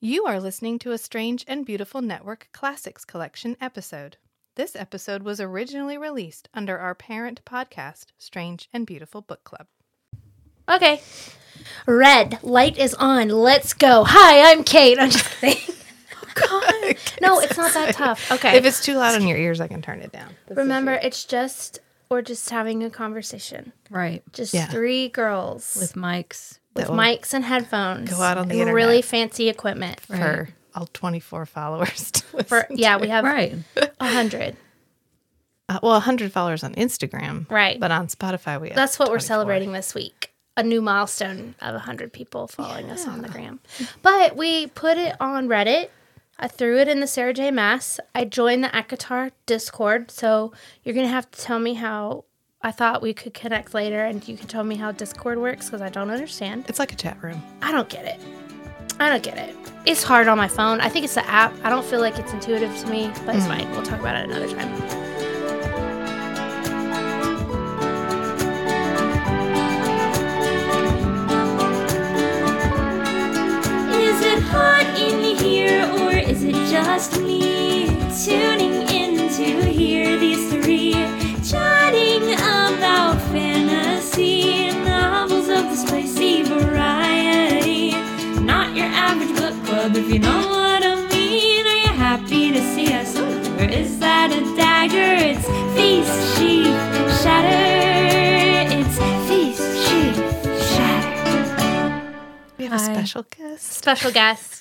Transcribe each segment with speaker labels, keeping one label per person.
Speaker 1: You are listening to a Strange and Beautiful Network Classics Collection episode. This episode was originally released under our parent podcast, Strange and Beautiful Book Club.
Speaker 2: Okay.
Speaker 3: Red light is on. Let's go. Hi, I'm Kate. I'm just kidding. no, it's not that tough. Okay.
Speaker 1: If it's too loud on your ears, I can turn it down.
Speaker 2: Remember, it's just we're just having a conversation.
Speaker 4: Right.
Speaker 2: Just
Speaker 1: Yeah.
Speaker 2: three girls with,
Speaker 4: With mics.
Speaker 2: mics and headphones.
Speaker 1: Go out on the
Speaker 2: and
Speaker 1: internet.
Speaker 2: really fancy equipment.
Speaker 1: for all 24 followers. To
Speaker 2: For,
Speaker 1: listen
Speaker 2: yeah,
Speaker 1: to.
Speaker 2: we have a
Speaker 4: Right.
Speaker 2: hundred.
Speaker 1: Uh, well, 100 followers on Instagram.
Speaker 2: Right.
Speaker 1: But on Spotify, we have
Speaker 2: That's what we're
Speaker 1: 24.
Speaker 2: celebrating this week. A new milestone of 100 people following us on the gram. But we put it on Reddit. I threw it in the Sarah J. Mass. I joined the ACOTAR Discord. So you're going to have to tell me how I thought we could connect later and you can tell me how Discord works because I don't understand.
Speaker 1: It's like a chat room.
Speaker 2: I don't get it. I don't get it. It's hard on my phone. I think it's the app. I don't feel like it's intuitive to me, but it's fine. We'll talk about it another time.
Speaker 5: Is it hot in here or is it just me? Tuning in to hear these three chatting about fantasy novels of the spicy variety. Not your average book club if you know what I mean. Are you happy to see us? Or is that a dagger? It's feast, sheath, shatter. It's feast, sheath, shatter.
Speaker 1: We have a
Speaker 4: Hi.
Speaker 1: special guest.
Speaker 2: special guest.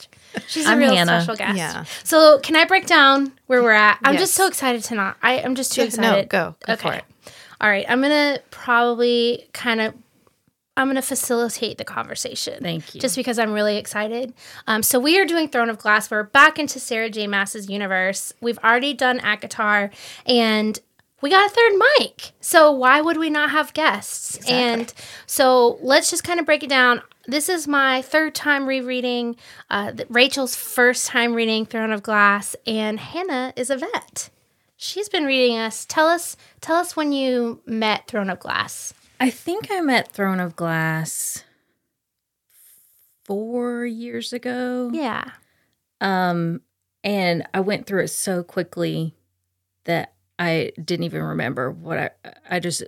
Speaker 2: She's a
Speaker 4: I'm
Speaker 2: real
Speaker 4: Hannah.
Speaker 2: special guest.
Speaker 1: Yeah.
Speaker 2: So can I break down where we're at? I'm
Speaker 1: Yes.
Speaker 2: just so excited to not. I, I'm just too
Speaker 1: Yeah, no,
Speaker 2: excited.
Speaker 1: go. Go for it.
Speaker 2: All right. I'm gonna probably kind of. I'm gonna facilitate the conversation.
Speaker 4: Thank you.
Speaker 2: Just because I'm really excited. Um, so we are doing Throne of Glass. We're back into Sarah J. Mass's universe. We've already done Akatar, and we got a third mic. So why would we not have guests? And so let's just kind of break it down. This is my third time rereading, uh, th- Rachel's first time reading Throne of Glass, and Hannah is a vet. She's been reading us. Tell us, tell us when you met Throne of Glass.
Speaker 4: I think I met Throne of Glass four years ago.
Speaker 2: Yeah,
Speaker 4: Um, and I went through it so quickly that I didn't even remember what I I just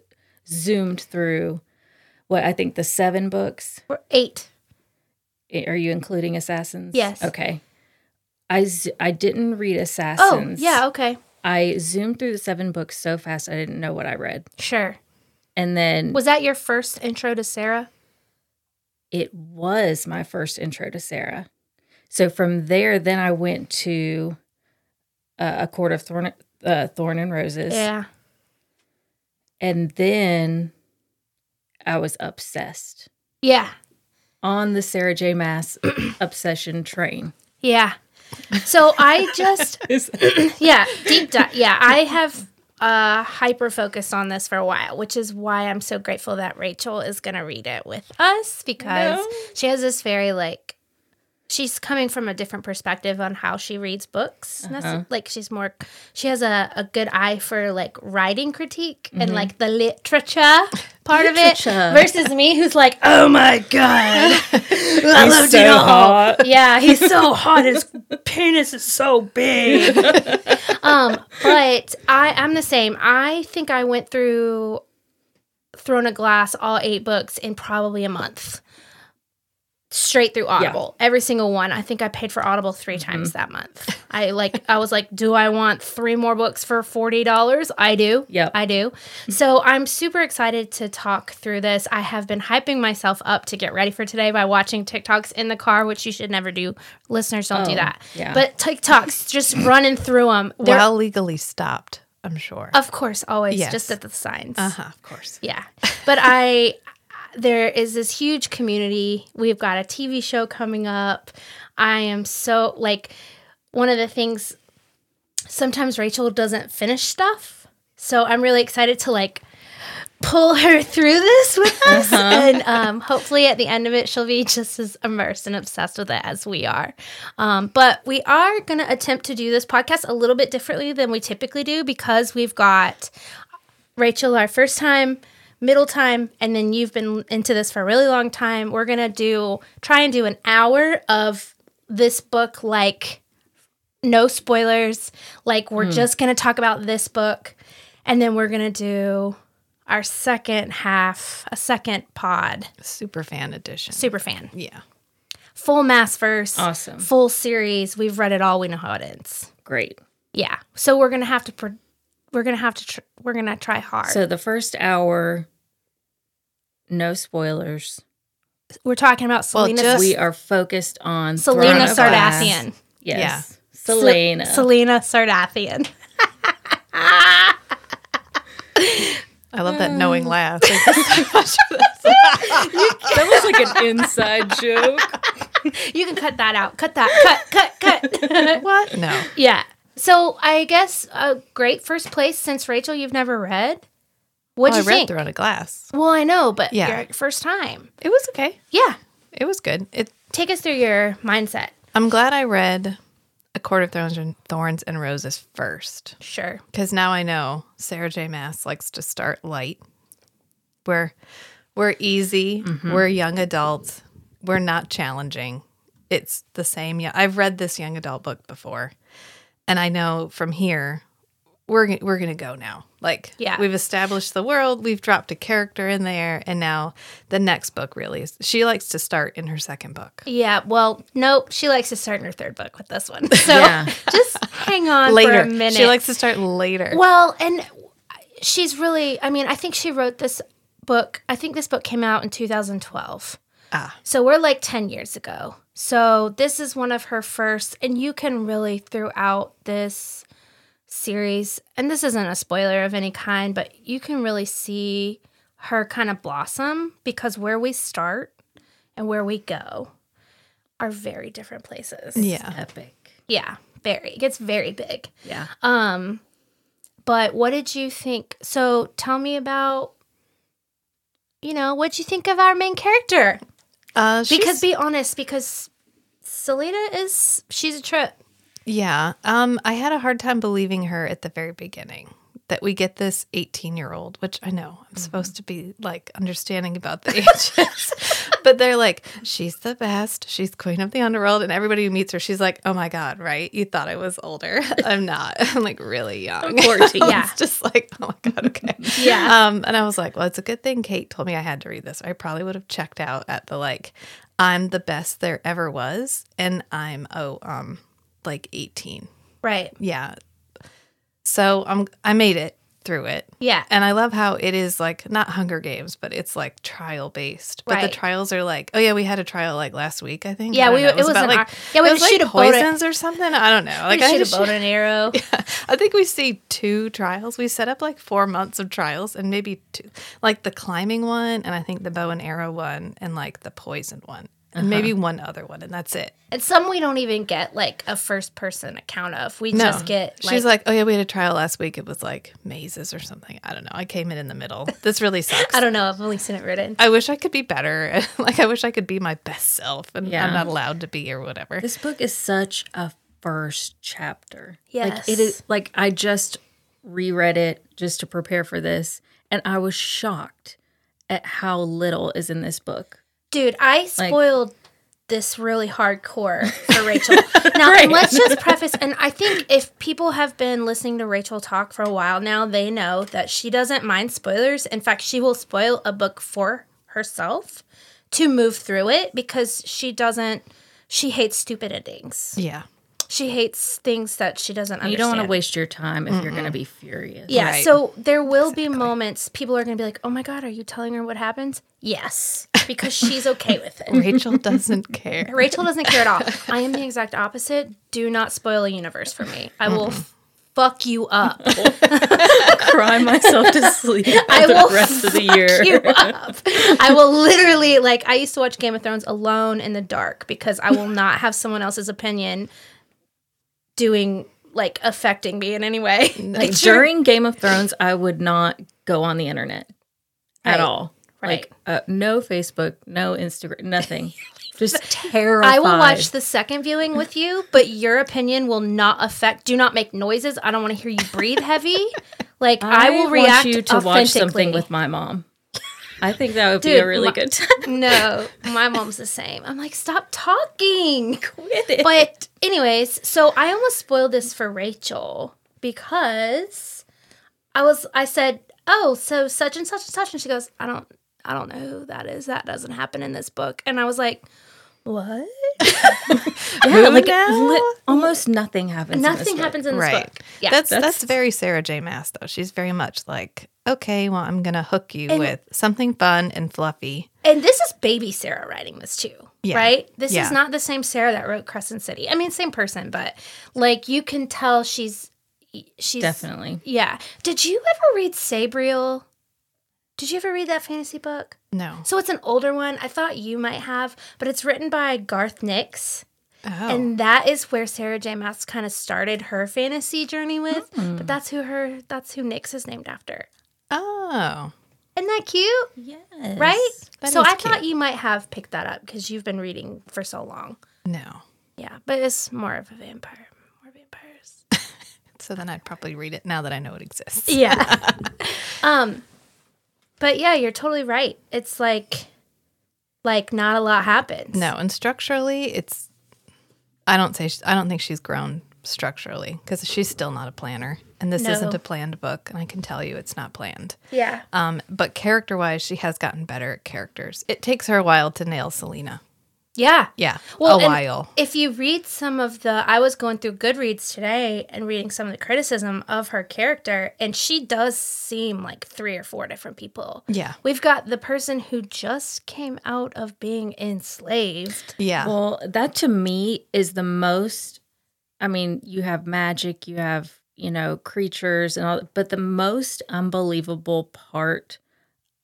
Speaker 4: zoomed through what I think the seven books.
Speaker 2: We're eight.
Speaker 4: Are you including Assassins?
Speaker 2: Yes.
Speaker 4: Okay. I z- I didn't read
Speaker 2: Oh,
Speaker 4: Assassins.
Speaker 2: yeah, okay,
Speaker 4: I zoomed through the seven books so fast I didn't know what I read.
Speaker 2: sure.
Speaker 4: And then
Speaker 2: Was that your first intro to Sarah?
Speaker 4: it was my first intro to Sarah. So from there, then I went to uh, a court of thorn, uh, thorn and roses,
Speaker 2: Yeah.
Speaker 4: and then I was obsessed
Speaker 2: Yeah.
Speaker 4: on the Sarah J. Mass obsession train.
Speaker 2: Yeah. So I just
Speaker 4: Is-
Speaker 2: yeah, deep dive. Yeah, I have uh hyper focused on this for a while, which is why I'm so grateful that Rachel is going to read it with us because she has this very like she's coming from a different perspective on how she reads books. And that's- Like she's more she has a, a good eye for like writing critique and like the literature part
Speaker 4: Literature.
Speaker 2: of it versus me who's like, "Oh my god." I
Speaker 4: He's
Speaker 2: loved
Speaker 4: so
Speaker 2: it all.
Speaker 4: hot.
Speaker 2: Yeah, he's so hot. His penis is so big. um, but I, I'm the same. I think I went through Throne of Glass, all eight books, in probably a month. Straight through Audible, every single one. I think I paid for Audible 3 times that month. I like. I was like, do I want three more books for forty dollars? I do.
Speaker 4: Yep.
Speaker 2: I do. So I'm super excited to talk through this. I have been hyping myself up to get ready for today by watching TikToks in the car, which you should never do. Listeners, don't do
Speaker 4: Oh,
Speaker 2: that.
Speaker 4: yeah.
Speaker 2: But TikToks, just running through them. They're,
Speaker 1: Well legally stopped, I'm sure.
Speaker 2: of course, always
Speaker 1: Yes.
Speaker 2: just at the signs.
Speaker 1: Uh huh, of course.
Speaker 2: Yeah. But I there is this huge community. We've got a TV show coming up. I am so like one of the things sometimes Rachel doesn't finish stuff. So I'm really excited to like pull her through this with us and um, hopefully at the end of it she'll be just as immersed and obsessed with it as we are um, but we are going to attempt to do this podcast a little bit differently than we typically do because we've got Rachel, our first time, middle time, and then you've been into this for a really long time. We're gonna do try and do an hour of this book like no spoilers. Like we're just going to talk about this book and then we're going to do our second half, a second pod,
Speaker 1: Super fan edition.
Speaker 2: super fan.
Speaker 1: Yeah.
Speaker 2: Full mass verse.
Speaker 4: Awesome.
Speaker 2: Full series. We've read it all, we know how it ends.
Speaker 4: Great.
Speaker 2: Yeah. So we're going to have to pr we're going to have to tr- we're going to try hard.
Speaker 4: So the first hour, no spoilers.
Speaker 2: we're talking about
Speaker 1: Well,
Speaker 2: Selena
Speaker 1: just-
Speaker 4: We are focused on
Speaker 2: Selena
Speaker 4: Throne of
Speaker 1: Glass.
Speaker 4: Glass.
Speaker 2: Sardathian.
Speaker 4: Yes.
Speaker 2: Sel-
Speaker 4: Selena.
Speaker 2: Selena Sardathian.
Speaker 1: I love that knowing laugh. Thank you so much for this.
Speaker 4: that was like an inside joke.
Speaker 2: You can cut that out. Cut that. Cut, cut, cut.
Speaker 1: What? No.
Speaker 2: yeah. So I guess a great first place since Rachel, you've never read. What'd
Speaker 1: Well, Oh, I
Speaker 2: you
Speaker 1: read
Speaker 2: think?
Speaker 1: Throne of Glass.
Speaker 2: Well, I know, but
Speaker 1: Yeah.
Speaker 2: your first time.
Speaker 1: It was okay.
Speaker 2: Yeah.
Speaker 1: It was good. It.
Speaker 2: Take us through your mindset.
Speaker 1: I'm glad I read A Court of Thorns and, Thorns and Roses first.
Speaker 2: Sure.
Speaker 1: because now I know Sarah J. Mass likes to start light. We're we're easy.
Speaker 2: Mm-hmm.
Speaker 1: We're young adults. We're not challenging. It's the same. Yeah, I've read this young adult book before, and I know from here we're g- we're gonna go now. Like
Speaker 2: Yeah.
Speaker 1: we've established the world. We've dropped a character in there, and now the next book really is. She likes to start in her second book.
Speaker 2: Yeah. Well, nope. She likes to start in her third book with this one. So
Speaker 4: Yeah.
Speaker 2: just hang on
Speaker 1: Later,
Speaker 2: for a minute.
Speaker 1: she likes to start later.
Speaker 2: Well, and she's really, I mean, I think she wrote this book. I think this book came out in 2012.
Speaker 1: Ah.
Speaker 2: So we're like 10 years ago. So this is one of her first, and you can really, throughout this series, and this isn't a spoiler of any kind, but you can really see her kind of blossom because where we start and where we go are very different places.
Speaker 1: Yeah,
Speaker 4: Epic.
Speaker 2: Yeah. Very. It gets very big.
Speaker 4: Yeah.
Speaker 2: Um, but what did you think? So tell me about, you know, what'd you think of our main character?
Speaker 1: uh,
Speaker 2: Because
Speaker 1: she's-
Speaker 2: be honest, because Selena is she's a trip.
Speaker 1: Yeah. Um, I had a hard time believing her at the very beginning that we get this 18 year old, which I know I'm supposed to be like understanding about the ages, but they're like, she's the best. She's queen of the underworld. And everybody who meets her, she's like, oh my God, right? You thought I was older. I'm not. I'm like really young.
Speaker 4: 14.
Speaker 2: Yeah.
Speaker 1: It's just like, oh my God, okay.
Speaker 2: Yeah.
Speaker 1: Um, and I was like, well, it's a good thing Kate told me I had to read this. I probably would have checked out at the like, I'm the best there ever was, and I'm oh um like 18.
Speaker 2: Right.
Speaker 1: Yeah. So I'm I made it through it.
Speaker 2: Yeah.
Speaker 1: And I love how it is like not Hunger Games, but it's like trial based. But the
Speaker 2: Right.
Speaker 1: trials are like, oh yeah, we had a trial like last week, I think.
Speaker 2: Yeah,
Speaker 1: I don't
Speaker 2: we-
Speaker 1: know.
Speaker 2: it was
Speaker 1: about,
Speaker 2: an
Speaker 1: like
Speaker 2: ar- yeah, we
Speaker 1: it
Speaker 2: had
Speaker 1: was
Speaker 2: to
Speaker 1: like
Speaker 2: shoot a boat at-
Speaker 1: poisons or something. I don't know. Like I had
Speaker 2: shoot
Speaker 1: to
Speaker 2: a bow and arrow.
Speaker 1: I think we see two trials. We set up like four months of trials and maybe two, like the climbing one, and I think the bow and arrow one, and like the poison one, and maybe one other one, and that's it.
Speaker 2: And some we don't even get like a first person account of. We just get like,
Speaker 1: She's like, oh yeah, we had a trial last week. It was like mazes or something. I don't know. I came in in the middle. This really sucks.
Speaker 2: I don't know, I've only seen it written.
Speaker 1: I wish I could be better. like I wish I could be my best self, and
Speaker 4: Yeah.
Speaker 1: I'm not allowed to be or whatever.
Speaker 4: This book is such a first chapter. Like
Speaker 2: Yes.
Speaker 4: it is like I just reread it just to prepare for this and I was shocked at how little is in this book.
Speaker 2: Dude, I spoiled this really hardcore for Rachel. now,
Speaker 4: Great.
Speaker 2: let's just preface, and I think if people have been listening to Rachel talk for a while now, they know that she doesn't mind spoilers. In fact, she will spoil a book for herself to move through it because she doesn't. She hates stupid endings.
Speaker 1: yeah.
Speaker 2: She hates things that she doesn't understand.
Speaker 4: You don't want to waste your time if you're going to be furious.
Speaker 2: Yeah,
Speaker 1: Right.
Speaker 2: so there will be moments people are going to be like, "Oh my god, are you telling her what happens?" Yes, because she's okay with it.
Speaker 1: Rachel doesn't care.
Speaker 2: Rachel doesn't care at all. I am the exact opposite. Do not spoil a universe for me. I will fuck you up.
Speaker 4: Cry myself to sleep for
Speaker 2: I
Speaker 4: the
Speaker 2: will
Speaker 4: rest of the year.
Speaker 2: You up. I will literally like I used to watch Game of Thrones alone in the dark because I will not have someone else's opinion doing like affecting me in any way.
Speaker 4: Like during Game of Thrones, I would not go on the internet
Speaker 2: Right.
Speaker 4: at all.
Speaker 2: Right.
Speaker 4: Like uh, no Facebook, no Instagram, nothing. Just terrified.
Speaker 2: I will watch the second viewing with you, but your opinion will not affect. Do not make noises. I don't want to hear you breathe heavy. Like I, will react
Speaker 4: you to
Speaker 2: authentically.
Speaker 4: watch something with my mom. I think that would be
Speaker 2: Dude,
Speaker 4: a really
Speaker 2: li-
Speaker 4: good time.
Speaker 2: No, my mom's the same. I'm like, stop talking.
Speaker 4: With it.
Speaker 2: But anyways, so I almost spoiled this for Rachel because I was I said, "Oh, so such and such and such," and she goes, "I don't, I don't know who that is. That doesn't happen in this book." And I was like, "What?
Speaker 4: yeah, like
Speaker 1: now?
Speaker 4: li- almost nothing happens.
Speaker 2: Nothing
Speaker 4: in this book.
Speaker 2: happens in this
Speaker 1: Right.
Speaker 2: book." Yeah,
Speaker 1: that's, that's
Speaker 4: that's-
Speaker 1: very Sarah J. Mass though. She's very much like, okay, well, I'm gonna hook you with something fun and fluffy.
Speaker 2: and this is baby Sarah writing this too,
Speaker 1: Yeah.
Speaker 2: right? This
Speaker 1: Yeah.
Speaker 2: is not the same Sarah that wrote Crescent City. I mean, same person, but like you can tell she's she's
Speaker 4: Definitely.
Speaker 2: Yeah. Did you ever read Sabriel? Did you ever read that fantasy book?
Speaker 1: No,
Speaker 2: So it's an older one. I thought you might have, but it's written by Garth Nix.
Speaker 1: oh,
Speaker 2: And that is where Sarah J. Maas kind of started her fantasy journey with.
Speaker 1: Hmm.
Speaker 2: But that's who her that's who Nix is named after.
Speaker 1: oh,
Speaker 2: Isn't that cute?
Speaker 4: Yes.
Speaker 2: Right?
Speaker 1: That
Speaker 2: so
Speaker 1: is
Speaker 2: I thought you might have picked that up because you've been reading for so long.
Speaker 1: no.
Speaker 2: Yeah. But it's more of a vampire. More vampires.
Speaker 1: So then I'd probably read it now that I know it exists.
Speaker 2: Yeah. um but yeah, you're totally right. It's like like not a lot happens.
Speaker 1: No, and structurally, it's. I don't say. She, I don't think she's grown structurally because she's still not a planner, and this
Speaker 2: No.
Speaker 1: isn't a planned book. And I can tell you, it's not planned.
Speaker 2: Yeah.
Speaker 1: Um, but character-wise, she has gotten better at characters. It takes her a while to nail Selena.
Speaker 2: Yeah.
Speaker 1: Yeah,
Speaker 2: Well,
Speaker 1: a
Speaker 2: and
Speaker 1: while.
Speaker 2: If you read some of the I was going through Goodreads today and reading some of the criticism of her character and she does seem like three or four different people.
Speaker 1: Yeah,
Speaker 2: We've got the person who just came out of being enslaved.
Speaker 1: yeah.
Speaker 4: Well, that to me is the most. I mean, you have magic, you have you know creatures and all, but the most unbelievable part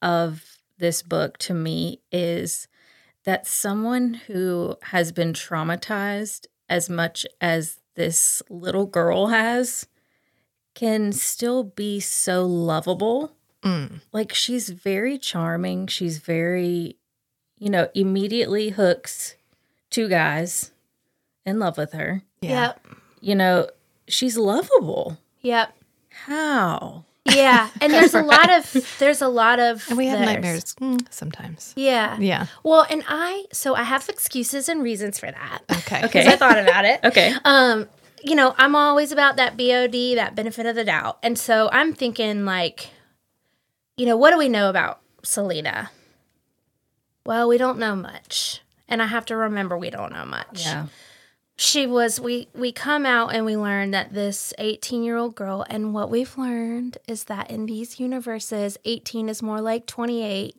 Speaker 4: of this book to me is that someone who has been traumatized as much as this little girl has can still be so lovable
Speaker 1: Mm.
Speaker 4: like she's very charming. She's very, you know, immediately hooks two guys in love with her.
Speaker 1: Yeah.
Speaker 2: Yep.
Speaker 4: You know, she's lovable.
Speaker 2: Yep.
Speaker 4: How?
Speaker 2: Yeah. And there's a lot of there's a lot of
Speaker 1: And we have
Speaker 2: there's-
Speaker 1: nightmares mm, sometimes.
Speaker 2: Yeah.
Speaker 1: Yeah.
Speaker 2: Well, and I so I have excuses and reasons for that.
Speaker 1: Okay.
Speaker 4: Okay.
Speaker 2: 'Cause I thought about it.
Speaker 4: Okay.
Speaker 2: Um, you know, I'm always about that BOD, that benefit of the doubt. And so I'm thinking like you know, what do we know about Selena? Well, we don't know much. And I have to remember we don't know much.
Speaker 4: Yeah.
Speaker 2: She was we we come out and we learn that this 18-year-old girl and what we've learned is that in these universes 18 is more like 28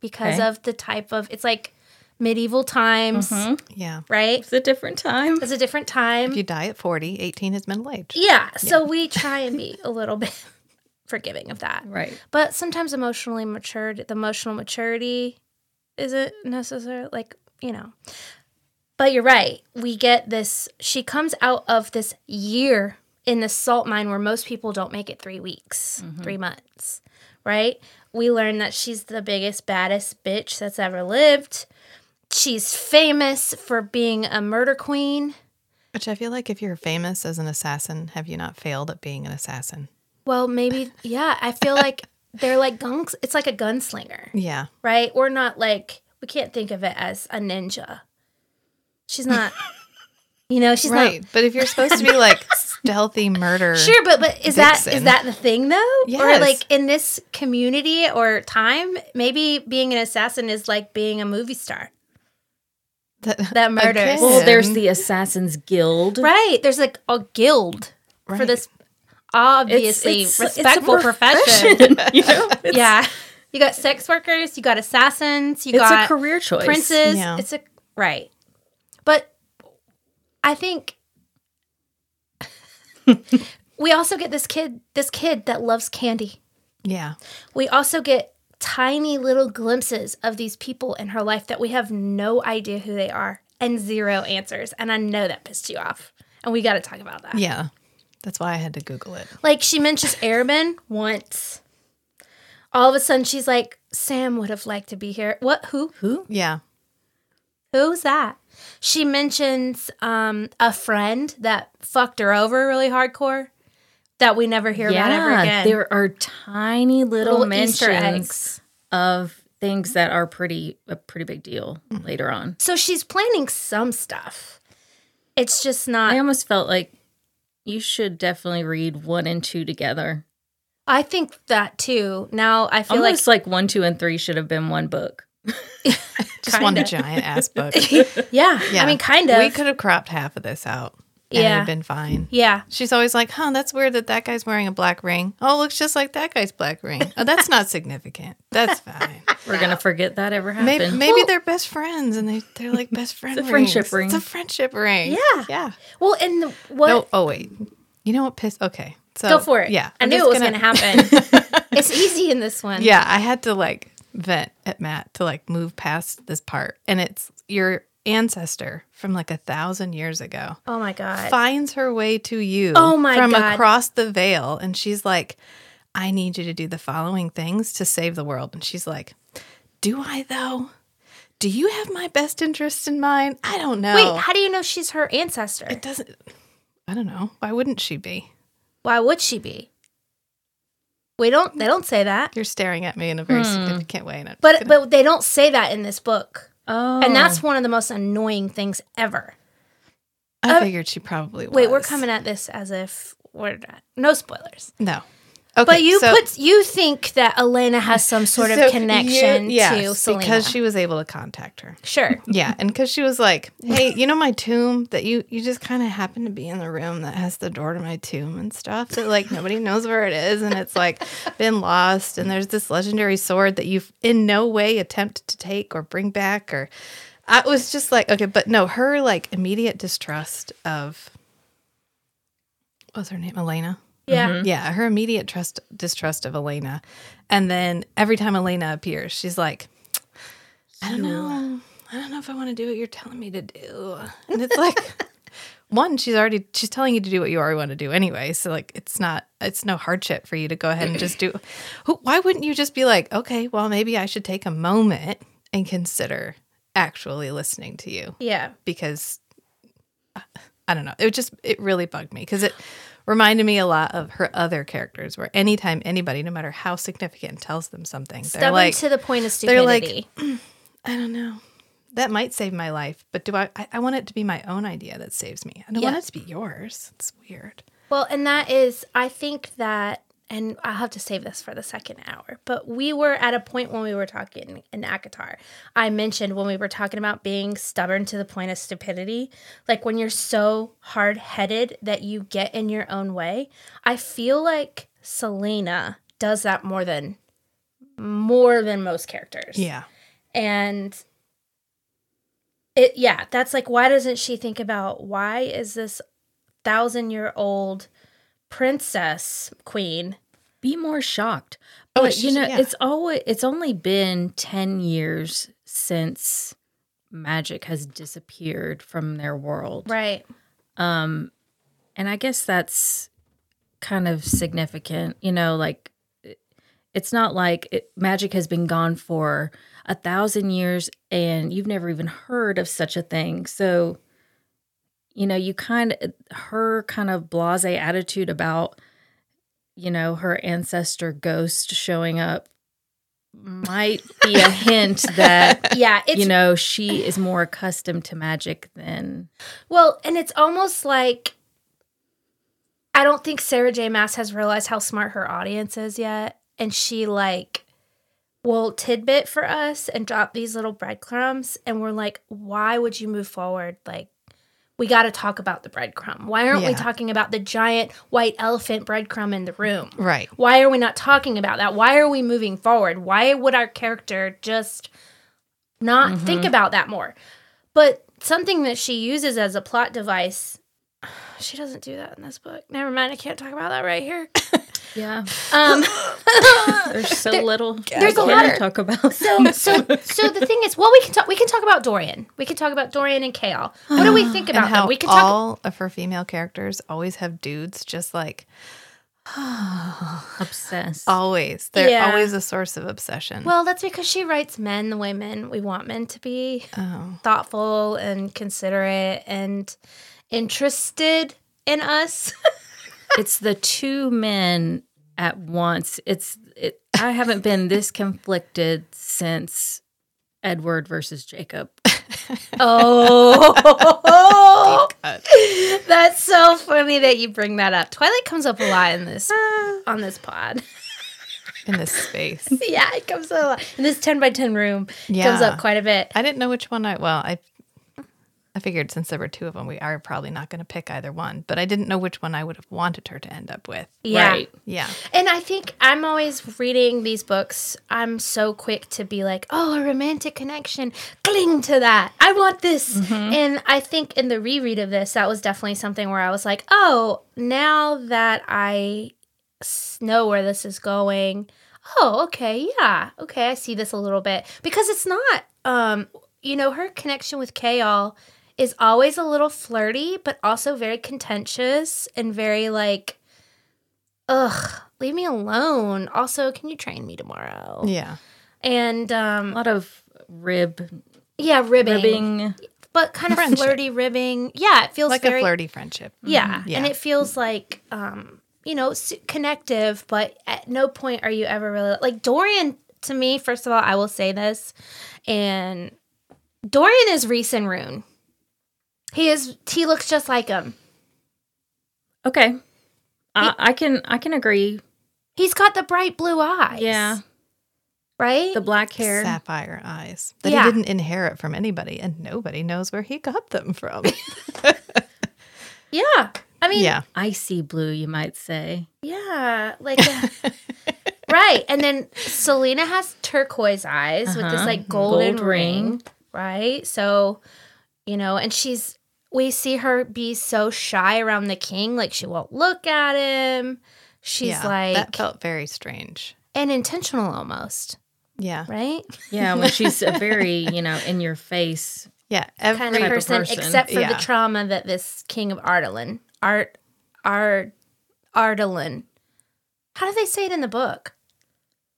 Speaker 2: because
Speaker 4: Okay.
Speaker 2: of the type of it's like medieval times,
Speaker 1: Yeah.
Speaker 2: right?
Speaker 4: It's a different time.
Speaker 2: It's a different time.
Speaker 1: If you die at 40, 18 is middle age.
Speaker 2: Yeah. So we try and be a little bit forgiving of that.
Speaker 4: Right.
Speaker 2: But sometimes emotionally matured, the emotional maturity isn't necessary. Like, you know. But you're right. We get this, she comes out of this year in the salt mine where most people don't make it three weeks, three months, right? We learn that she's the biggest, baddest bitch that's ever lived. She's famous for being a murder queen.
Speaker 1: Which I feel like if you're famous as an assassin, have you not failed at being an assassin?
Speaker 2: Well, maybe yeah. I feel like they're like gunks. It's like a gunslinger,
Speaker 1: Yeah.
Speaker 2: right? We're not like we can't think of it as a ninja. She's not. You know, she's
Speaker 1: right. But if you're supposed to be like stealthy murder.
Speaker 2: not sure. But but is that is
Speaker 1: Vixen.
Speaker 2: that the thing though?
Speaker 1: Yes.
Speaker 2: Or like in this community or time, maybe being an assassin is like being a movie star
Speaker 1: that-
Speaker 2: that murders.
Speaker 1: Again.
Speaker 4: Well, there's the Assassin's Guild.
Speaker 2: Right. There's like a guild for
Speaker 1: Right.
Speaker 2: this obviously
Speaker 4: it's- it's a
Speaker 2: respectful profession.
Speaker 4: you know? It's,
Speaker 2: yeah. You got sex workers, you got assassins, you
Speaker 4: it's a
Speaker 2: got
Speaker 4: career choice.
Speaker 2: princes.
Speaker 1: Yeah.
Speaker 2: It's a right. But I think we also get this kid this kid that loves candy.
Speaker 1: yeah.
Speaker 2: We also get tiny little glimpses of these people in her life that we have no idea who they are and zero answers. And I know that pissed you off. And we got to talk about that.
Speaker 1: Yeah. That's why I had to Google it.
Speaker 2: Like she mentions Airman once. All of a sudden she's like, Sam would have liked to be here. What who?
Speaker 4: Who?
Speaker 1: Yeah.
Speaker 2: Who's that? She mentions um a friend that fucked her over really hardcore that we never hear about ever
Speaker 4: Yeah.
Speaker 2: again.
Speaker 4: There are tiny little,
Speaker 2: Little
Speaker 4: mentions
Speaker 2: Easter eggs.
Speaker 4: of things that are pretty a pretty big deal
Speaker 2: Mm.
Speaker 4: later on.
Speaker 2: So she's planning some stuff. It's just not.
Speaker 4: I almost felt like you should definitely read one and two together.
Speaker 2: I think that too. Now I feel
Speaker 4: Almost like, one, two, and three should have been one book.
Speaker 1: Just one giant ass book.
Speaker 2: like, yeah, I mean, kind of.
Speaker 1: We could have cropped half of this out. And
Speaker 2: Yeah.
Speaker 1: it'd been fine.
Speaker 2: yeah,
Speaker 1: She's always like, huh, that's weird that that guy's wearing a black ring. Oh, it looks just like that guy's black ring. Oh, that's not significant. That's fine.
Speaker 4: We're gonna forget that ever happened.
Speaker 1: Maybe, maybe they're best friends and they, they're like best friend
Speaker 4: a friendship
Speaker 1: rings.
Speaker 4: ring.
Speaker 1: It's a friendship ring.
Speaker 2: Yeah.
Speaker 1: Yeah.
Speaker 2: Well, and the, what?
Speaker 1: No, oh, wait. You know what pissed? Okay. So,
Speaker 2: Go for it.
Speaker 1: Yeah.
Speaker 2: I
Speaker 1: I'm
Speaker 2: knew
Speaker 1: just
Speaker 2: it was going to happen. it's easy in this one.
Speaker 1: Yeah, I had to like vent at Matt to like move past this part. And it's your ancestor from like a thousand years ago
Speaker 2: Oh my god.
Speaker 1: finds her way to you
Speaker 2: Oh my
Speaker 1: from
Speaker 2: God.
Speaker 1: across the veil. And she's like, I need you to do the following things to save the world. And she's like, Do I though? Do you have my best interests in mind? I don't know.
Speaker 2: Wait, how do you know she's her ancestor?
Speaker 1: it doesn't, I don't know. Why wouldn't she be?
Speaker 2: Why would she be? We don't. They don't say that.
Speaker 1: You're staring at me in a very significant way. And I'm
Speaker 2: Hmm. But but they don't say that in this book,
Speaker 4: oh,
Speaker 2: and that's one of the most annoying things ever.
Speaker 1: I figured she probably was.
Speaker 2: uh, Wait, we're coming at this as if we're not, no spoilers.
Speaker 1: No. Okay,
Speaker 2: But you
Speaker 1: so-
Speaker 2: put you think that Elena has some sort of
Speaker 1: So,
Speaker 2: connection
Speaker 1: you- yes,
Speaker 2: to Selena
Speaker 1: because she was able to contact her.
Speaker 2: Sure.
Speaker 1: Yeah, and because she was like, "Hey, you know my tomb that you you just kind of happen to be in the room that has the door to my tomb and stuff that like nobody knows where it is and it's like been lost and there's this legendary sword that you've in no way attempt to take or bring back or I was just like, okay, but no, her like immediate distrust of what was her name Elena.
Speaker 2: Yeah.
Speaker 1: Yeah, her immediate trust distrust of Elena. And then every time Elena appears, she's like, I don't know. I don't know if I want to do what you're telling me to do. And it's like one, she's already she's telling you to do what you already want to do anyway. So like it's not it's no hardship for you to go ahead and just do Who- why wouldn't you just be like, okay, well maybe I should take a moment and consider actually listening to you
Speaker 2: Yeah.
Speaker 1: because uh, I don't know. It just it really bugged me because it reminded me a lot of her other characters, where anytime anybody, no matter how significant, tells them something, they're
Speaker 2: Stubborn
Speaker 1: like,
Speaker 2: to the point of
Speaker 1: they're
Speaker 2: stupidity.
Speaker 1: like- I don't know. That might save my life, but do I? I, I want it to be my own idea that saves me. I don't
Speaker 2: Yeah.
Speaker 1: want it to be yours. It's weird.
Speaker 2: Well, and that is, I think that, and I'll have to save this for the second hour, but we were at a point when we were talking in Akatar. I mentioned when we were talking about being stubborn to the point of stupidity, like when you're so hard headed that you get in your own way. I feel like Selena does that more than more than most characters
Speaker 1: Yeah,
Speaker 2: and it yeah that's like why doesn't she think about why is this thousand year old princess queen
Speaker 4: be more shocked.
Speaker 1: Oh,
Speaker 4: But
Speaker 1: it's
Speaker 4: you
Speaker 1: just-
Speaker 4: know,
Speaker 1: yeah.
Speaker 4: it's always it's only been ten years since magic has disappeared from their world.
Speaker 2: right
Speaker 4: Um, and I guess that's kind of significant, you know, like it- it's not like it, magic has been gone for a thousand years and you've never even heard of such a thing. So, you know, you kind of, her kind of blase attitude about, you know, her ancestor ghost showing up might be a hint that,
Speaker 2: yeah it's
Speaker 4: you know, she is more accustomed to magic than.
Speaker 2: well and it's almost like i don't think sarah j mass has realized how smart her audience is yet and she like will tidbit for us and drop these little breadcrumbs and we're like why would you move forward like we got to talk about the breadcrumb why aren't we
Speaker 1: Yeah.
Speaker 2: talking about the giant white elephant breadcrumb in the room
Speaker 1: right.
Speaker 2: why are we not talking about that why are we moving forward why would our character just not
Speaker 1: Mm-hmm.
Speaker 2: think about that more but something that she uses as a plot device she doesn't do that in this book never mind i can't talk about that right here
Speaker 4: Yeah.
Speaker 2: um
Speaker 4: There's so little.
Speaker 2: there's a
Speaker 4: can
Speaker 2: lot of-
Speaker 4: talk about.
Speaker 2: so so so the thing is well we can talk we can talk about dorian we can talk about dorian and kale what do we think
Speaker 1: And
Speaker 2: about
Speaker 1: how
Speaker 2: them we can talk
Speaker 1: all of her female characters always have dudes, just like
Speaker 4: obsessed.
Speaker 1: always. They're
Speaker 2: Yeah.
Speaker 1: always a source of obsession.
Speaker 2: well that's because she writes men the way men we want men to be
Speaker 1: oh,
Speaker 2: thoughtful and considerate and interested in us
Speaker 4: it's the two men at once. It's it, I haven't been this conflicted since Edward versus Jacob.
Speaker 2: Oh,
Speaker 1: cut.
Speaker 2: that's so funny that you bring that up. Twilight comes up a lot in this on this pod.
Speaker 1: in this space.
Speaker 2: yeah, it comes up a lot in this ten by ten room. It
Speaker 1: Yeah.
Speaker 2: comes up quite a bit.
Speaker 1: I didn't know which one I well, I I figured since there were two of them, we are probably not going to pick either one, but I didn't know which one I would have wanted her to end up with.
Speaker 2: Yeah.
Speaker 4: Right.
Speaker 1: Yeah.
Speaker 2: And I think I'm always reading these books. I'm so quick to be like, oh, a romantic connection. Cling to that. I want this.
Speaker 1: Mm-hmm.
Speaker 2: And I think in the reread of this, that was definitely something where I was like, oh, now that I s- know where this is going, oh, okay, yeah, okay, I see this a little bit. Because it's not, um, you know, her connection with Kaol is always a little flirty, but also very contentious and very like, ugh, leave me alone. Also, can you train me tomorrow?
Speaker 1: Yeah.
Speaker 2: And
Speaker 4: A
Speaker 2: um,
Speaker 4: lot of rib
Speaker 2: yeah, ribbing,
Speaker 4: ribbing.
Speaker 2: but kind of
Speaker 1: Friendship.
Speaker 2: flirty ribbing. Yeah, it feels
Speaker 1: Like
Speaker 2: very,
Speaker 1: a flirty friendship.
Speaker 2: Yeah,
Speaker 4: Mm-hmm.
Speaker 1: Yeah.
Speaker 2: and it feels like um, you know s- connective, but at no point are you ever really like Dorian. To me, first of all, I will say this, and Dorian is Reese and Rune. He is. He looks just like him.
Speaker 4: Okay. I, I can I can agree.
Speaker 2: He's got the bright blue eyes.
Speaker 4: Yeah.
Speaker 2: right.
Speaker 4: The black hair.
Speaker 1: Sapphire eyes that
Speaker 2: Yeah.
Speaker 1: he didn't inherit from anybody, and nobody knows where he got them from.
Speaker 2: yeah, I mean,
Speaker 1: yeah.
Speaker 4: Icy blue, you might say.
Speaker 2: Yeah, like uh, right. And then Selena has turquoise eyes with this
Speaker 4: Uh-huh.
Speaker 2: like golden
Speaker 4: Gold
Speaker 2: ring,
Speaker 4: ring.
Speaker 2: right? So, you know, and she's we see her be so shy around the king, like she won't look at him. She's
Speaker 1: yeah.
Speaker 2: like
Speaker 1: that felt very strange.
Speaker 2: and intentional almost,
Speaker 1: Yeah.
Speaker 2: right?
Speaker 4: Yeah, when she's a very, you know, in your face.
Speaker 1: Yeah. Every
Speaker 2: Kind of
Speaker 4: type of
Speaker 2: person,
Speaker 4: person.
Speaker 2: except for the
Speaker 1: Yeah.
Speaker 2: trauma that this king of Ardalan, Art, Art, Ardalan. How do they say it in the book?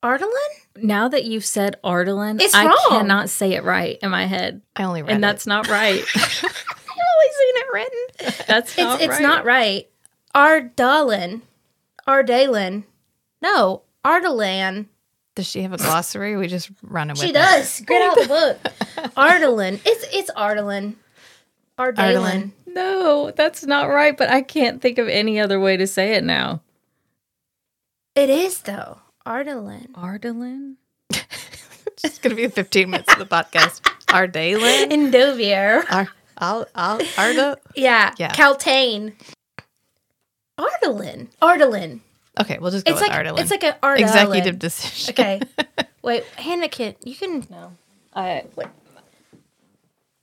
Speaker 2: Ardalan.
Speaker 4: Now that you've said Ardalan,
Speaker 2: It's
Speaker 4: I
Speaker 2: wrong.
Speaker 4: cannot say it right in my head.
Speaker 1: I only read
Speaker 4: and
Speaker 1: it.
Speaker 4: that's not right.
Speaker 2: I've always seen it written.
Speaker 4: That's
Speaker 2: It's
Speaker 4: not
Speaker 2: it's
Speaker 4: right.
Speaker 2: not right. Ardalin. Ardalin. No, Ardalan.
Speaker 1: Does she have a glossary? Or we just run away.
Speaker 2: She does. Get out the book. Ardalin. It's it's Ardalin. Ardalin.
Speaker 1: Ardalan.
Speaker 4: No, that's not right, but I can't think of any other way to say it now.
Speaker 2: It is though. Ardalin.
Speaker 4: Ardalan?
Speaker 1: It's going to be 15 minutes of the podcast. Ardalan?
Speaker 2: Indovier.
Speaker 1: Ar- I'll, I'll, Arda?
Speaker 2: Yeah.
Speaker 1: Yeah.
Speaker 2: Caltaine. Ardalin. Ardalin.
Speaker 1: Okay, we'll just go
Speaker 2: It's
Speaker 1: with
Speaker 2: like
Speaker 1: Ardalan.
Speaker 2: it's like an Ardalin.
Speaker 1: executive decision.
Speaker 2: Okay. Wait, Hannah can you can
Speaker 4: I will